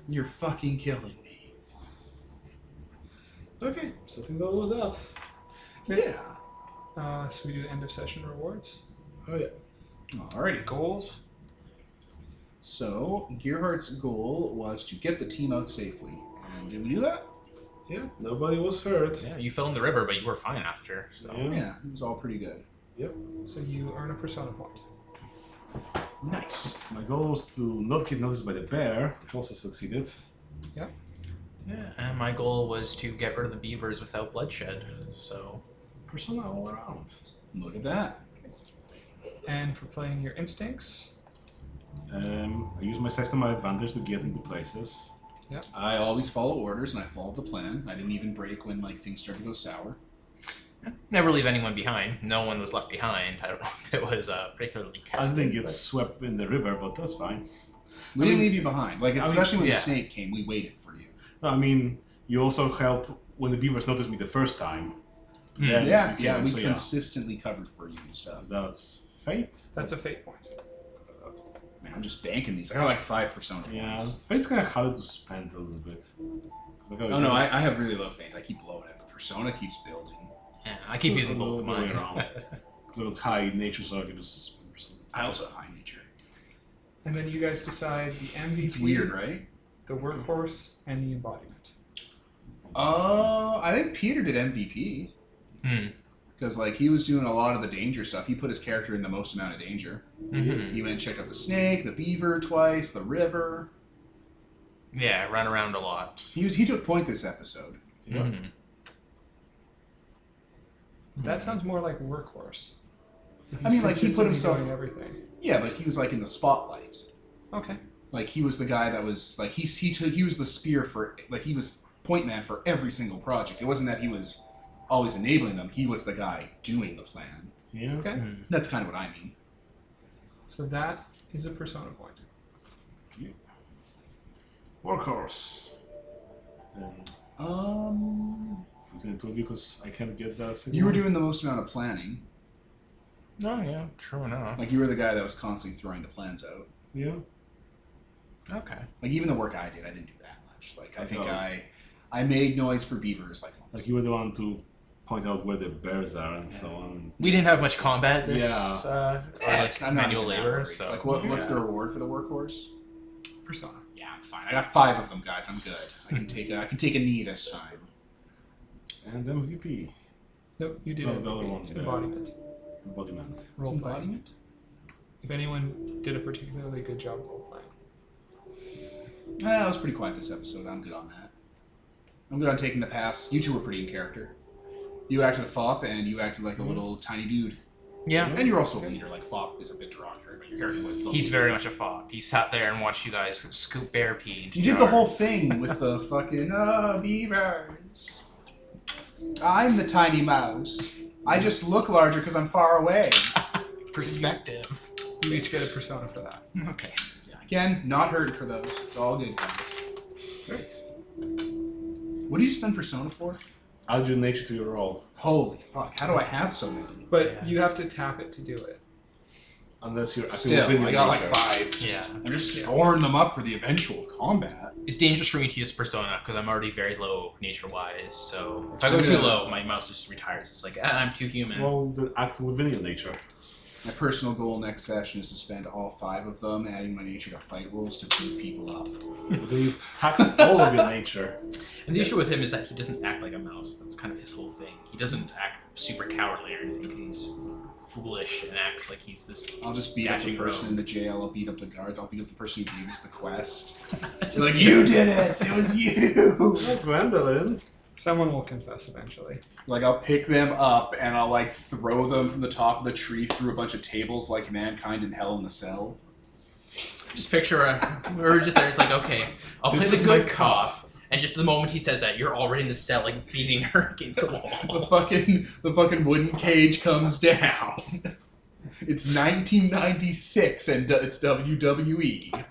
[SPEAKER 1] you're fucking killing me.
[SPEAKER 4] Okay, so I think that was that.
[SPEAKER 1] Yeah.
[SPEAKER 3] Uh, so we do end of session rewards,
[SPEAKER 4] Oh yeah.
[SPEAKER 1] Alrighty.
[SPEAKER 3] goals.
[SPEAKER 1] So Gearhart's goal was to get the team out safely, and did we do that?
[SPEAKER 4] Yeah, nobody was hurt.
[SPEAKER 2] Yeah. you fell in the river, but you were fine after. So
[SPEAKER 4] Yeah.
[SPEAKER 1] Yeah, it was all pretty good.
[SPEAKER 3] So you earn a persona point.
[SPEAKER 1] Nice.
[SPEAKER 4] My goal was to not get noticed by the bear. I also succeeded.
[SPEAKER 2] yeah, and my goal was to get rid of the beavers without bloodshed. So
[SPEAKER 4] Persona all around.
[SPEAKER 1] Look at that.
[SPEAKER 3] And for playing your instincts,
[SPEAKER 4] Um, I used my size to my advantage to get into places.
[SPEAKER 1] I always follow orders and I followed the plan. I didn't even break when like things started to go sour.
[SPEAKER 2] never leave anyone behind. No one was left behind. I don't know *laughs* if it was uh, particularly
[SPEAKER 4] I
[SPEAKER 2] tested.
[SPEAKER 4] didn't get swept in the river, but that's fine.
[SPEAKER 1] We didn't leave you behind. Like
[SPEAKER 4] mean,
[SPEAKER 1] especially when
[SPEAKER 2] yeah.
[SPEAKER 1] the snake came, we waited for you.
[SPEAKER 4] No, I mean, you also help when the beavers noticed me the first time.
[SPEAKER 2] Hmm.
[SPEAKER 4] Then
[SPEAKER 1] yeah,
[SPEAKER 4] you came,
[SPEAKER 1] yeah, we
[SPEAKER 4] so
[SPEAKER 1] consistently covered for you and stuff.
[SPEAKER 4] That's fate.
[SPEAKER 3] that's a fate point.
[SPEAKER 1] Man, I'm just banking these. I got like five percent.
[SPEAKER 4] Yeah, fate's kind of hard to spend a little bit. Like,
[SPEAKER 1] Oh no, I, I have really low faith. I keep blowing it, but persona keeps building.
[SPEAKER 2] Yeah, I keep using both of
[SPEAKER 4] The
[SPEAKER 1] *laughs*
[SPEAKER 4] other way
[SPEAKER 2] mine. *laughs*
[SPEAKER 4] around. So with high nature, so I can just.
[SPEAKER 1] I also have high nature.
[SPEAKER 3] And then you guys decide the MVP,
[SPEAKER 1] It's weird, right?
[SPEAKER 3] the workhorse, and the embodiment.
[SPEAKER 1] Uh, I think Peter did MVP
[SPEAKER 2] Hmm.
[SPEAKER 1] because like he was doing a lot of the danger stuff. He put his character in the most amount of danger.
[SPEAKER 2] Mhm.
[SPEAKER 1] He went and checked out the snake, the beaver twice, the river.
[SPEAKER 2] Yeah, run around a lot.
[SPEAKER 1] He was, he took point this episode.
[SPEAKER 4] Yeah.
[SPEAKER 2] Mhm.
[SPEAKER 3] That sounds more like workhorse. If
[SPEAKER 1] Hmm. I
[SPEAKER 3] he's
[SPEAKER 1] mean, like, he put
[SPEAKER 3] consistently
[SPEAKER 1] himself-
[SPEAKER 3] doing everything.
[SPEAKER 1] Yeah, but he was like in the spotlight.
[SPEAKER 3] Okay.
[SPEAKER 1] Like he was the guy that was like he he took he was the spear for like he was point man for every single project. It wasn't that he was always enabling them. He was the guy doing the plan.
[SPEAKER 4] Yeah.
[SPEAKER 3] Okay.
[SPEAKER 2] Mhm.
[SPEAKER 1] That's kind of what I mean.
[SPEAKER 3] So that is a persona point.
[SPEAKER 4] Workhorse. Um,
[SPEAKER 1] Um,
[SPEAKER 4] I was gonna tell you because I can't get that.
[SPEAKER 1] you were doing the most amount of planning.
[SPEAKER 2] No, yeah, true enough.
[SPEAKER 1] Like you were the guy that was constantly throwing the plans out.
[SPEAKER 4] Yeah.
[SPEAKER 2] Okay.
[SPEAKER 1] Like even the work I did, I didn't do that much. Like I think
[SPEAKER 4] Oh.
[SPEAKER 1] I, I made noise for beavers like once.
[SPEAKER 4] Like you were the one to point out where the bears are and so on.
[SPEAKER 2] We didn't have much combat this
[SPEAKER 4] Yeah.
[SPEAKER 2] uh, or
[SPEAKER 1] Yeah,
[SPEAKER 2] like
[SPEAKER 1] Eh, it's- I'm not
[SPEAKER 2] manual
[SPEAKER 1] even that
[SPEAKER 2] labor,
[SPEAKER 1] worried.
[SPEAKER 2] so
[SPEAKER 1] like what, what's
[SPEAKER 4] Yeah.
[SPEAKER 1] the reward for the workhorse?
[SPEAKER 3] Persona.
[SPEAKER 1] Yeah, I'm fine. I got five of them, guys. I'm good. I can take a, I can take a knee this time.
[SPEAKER 4] And MVP.
[SPEAKER 3] Nope, you did
[SPEAKER 4] No,
[SPEAKER 1] Oh,
[SPEAKER 3] it.
[SPEAKER 4] the other one's
[SPEAKER 3] It's
[SPEAKER 4] better.
[SPEAKER 3] embodiment.
[SPEAKER 4] Embodiment.
[SPEAKER 3] Role playing. If anyone did a particularly good job role playing.
[SPEAKER 1] Nah, I Uh, was pretty quiet this episode. I'm good on that. I'm good on taking the pass. You two were pretty in character. You acted a fop, and you acted like a little tiny dude.
[SPEAKER 2] yeah.
[SPEAKER 1] And you're also a leader. Like fop is a bit derogatory, but your character was. The
[SPEAKER 2] He's
[SPEAKER 1] leader.
[SPEAKER 2] very much a fop. He sat there and watched you guys scoop bear pee. into
[SPEAKER 1] You did the whole
[SPEAKER 2] jars.
[SPEAKER 1] thing with the fucking uh, beavers. I'm the tiny mouse. I just look larger because I'm far away.
[SPEAKER 2] perspective.
[SPEAKER 3] You each get a persona for that.
[SPEAKER 2] Okay.
[SPEAKER 1] Again, not hurt for those. It's all good. Guys. What do you spend persona for?
[SPEAKER 4] Add your nature to your role.
[SPEAKER 1] Holy fuck! How do I have so many?
[SPEAKER 3] But
[SPEAKER 2] Yeah.
[SPEAKER 3] you have to tap it to do it.
[SPEAKER 4] Unless you're acting
[SPEAKER 1] Still,
[SPEAKER 4] within your
[SPEAKER 1] I got like
[SPEAKER 4] nature.
[SPEAKER 1] five.
[SPEAKER 2] Yeah.
[SPEAKER 1] I'm just storing them up for the eventual combat.
[SPEAKER 2] It's dangerous for me to use persona because I'm already very low nature wise. So if I go too
[SPEAKER 1] Yeah.
[SPEAKER 2] low, my mouse just retires. It's like ah, I'm too human.
[SPEAKER 4] Well, then act within your nature. *laughs*
[SPEAKER 1] My personal goal next session is to spend all five of them, adding my nature to fight rules to beat people up.
[SPEAKER 4] then you tax all of your *laughs* nature.
[SPEAKER 2] and the issue with him is that he doesn't act like a mouse. That's kind of his whole thing. He doesn't act super cowardly or anything. 'cause He's foolish and acts like he's this.
[SPEAKER 1] I'll just beat
[SPEAKER 2] Dashing
[SPEAKER 1] up the person
[SPEAKER 2] rogue.
[SPEAKER 1] in the jail. I'll beat up the guards. I'll beat up the person who gave us the quest.
[SPEAKER 2] *laughs*
[SPEAKER 1] It's like you did it. It was you.
[SPEAKER 4] Oh, Gwendolyn.
[SPEAKER 3] Someone will confess eventually.
[SPEAKER 1] *laughs* Like I'll pick them up and I'll like throw them from the top of the tree through a bunch of tables, like mankind in Hell in the Cell.
[SPEAKER 2] Just picture a, we were just there. It's like okay, I'll
[SPEAKER 4] This
[SPEAKER 2] play
[SPEAKER 4] is
[SPEAKER 2] the
[SPEAKER 4] my
[SPEAKER 2] good cop. And just the moment he says that, you're already in the cell, like beating her *laughs* against the
[SPEAKER 1] The *laughs*
[SPEAKER 2] wall.
[SPEAKER 1] fucking the fucking wooden cage comes down. It's 1996 and d- it's E. WWE.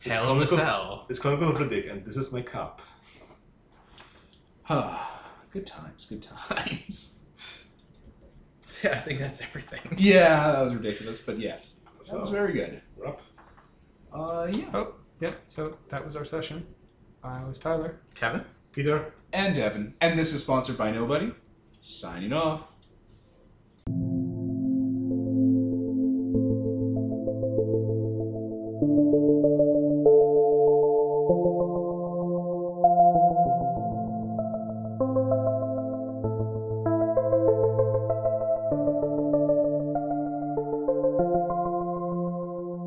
[SPEAKER 2] Hell in
[SPEAKER 4] *laughs*
[SPEAKER 2] the cell.
[SPEAKER 4] It's Chronicle of the Dick, and this is my cup.
[SPEAKER 1] good times, good times.
[SPEAKER 2] Yeah, I think that's everything.
[SPEAKER 1] Yeah, that was ridiculous, but yes, that was
[SPEAKER 4] So-
[SPEAKER 1] very good.
[SPEAKER 4] We're up.
[SPEAKER 1] Uh, yeah.
[SPEAKER 3] Oh, yeah, so that was our session. I was Tyler.
[SPEAKER 2] Kevin.
[SPEAKER 4] Peter,
[SPEAKER 1] And Devin, and this is sponsored by nobody. Signing off.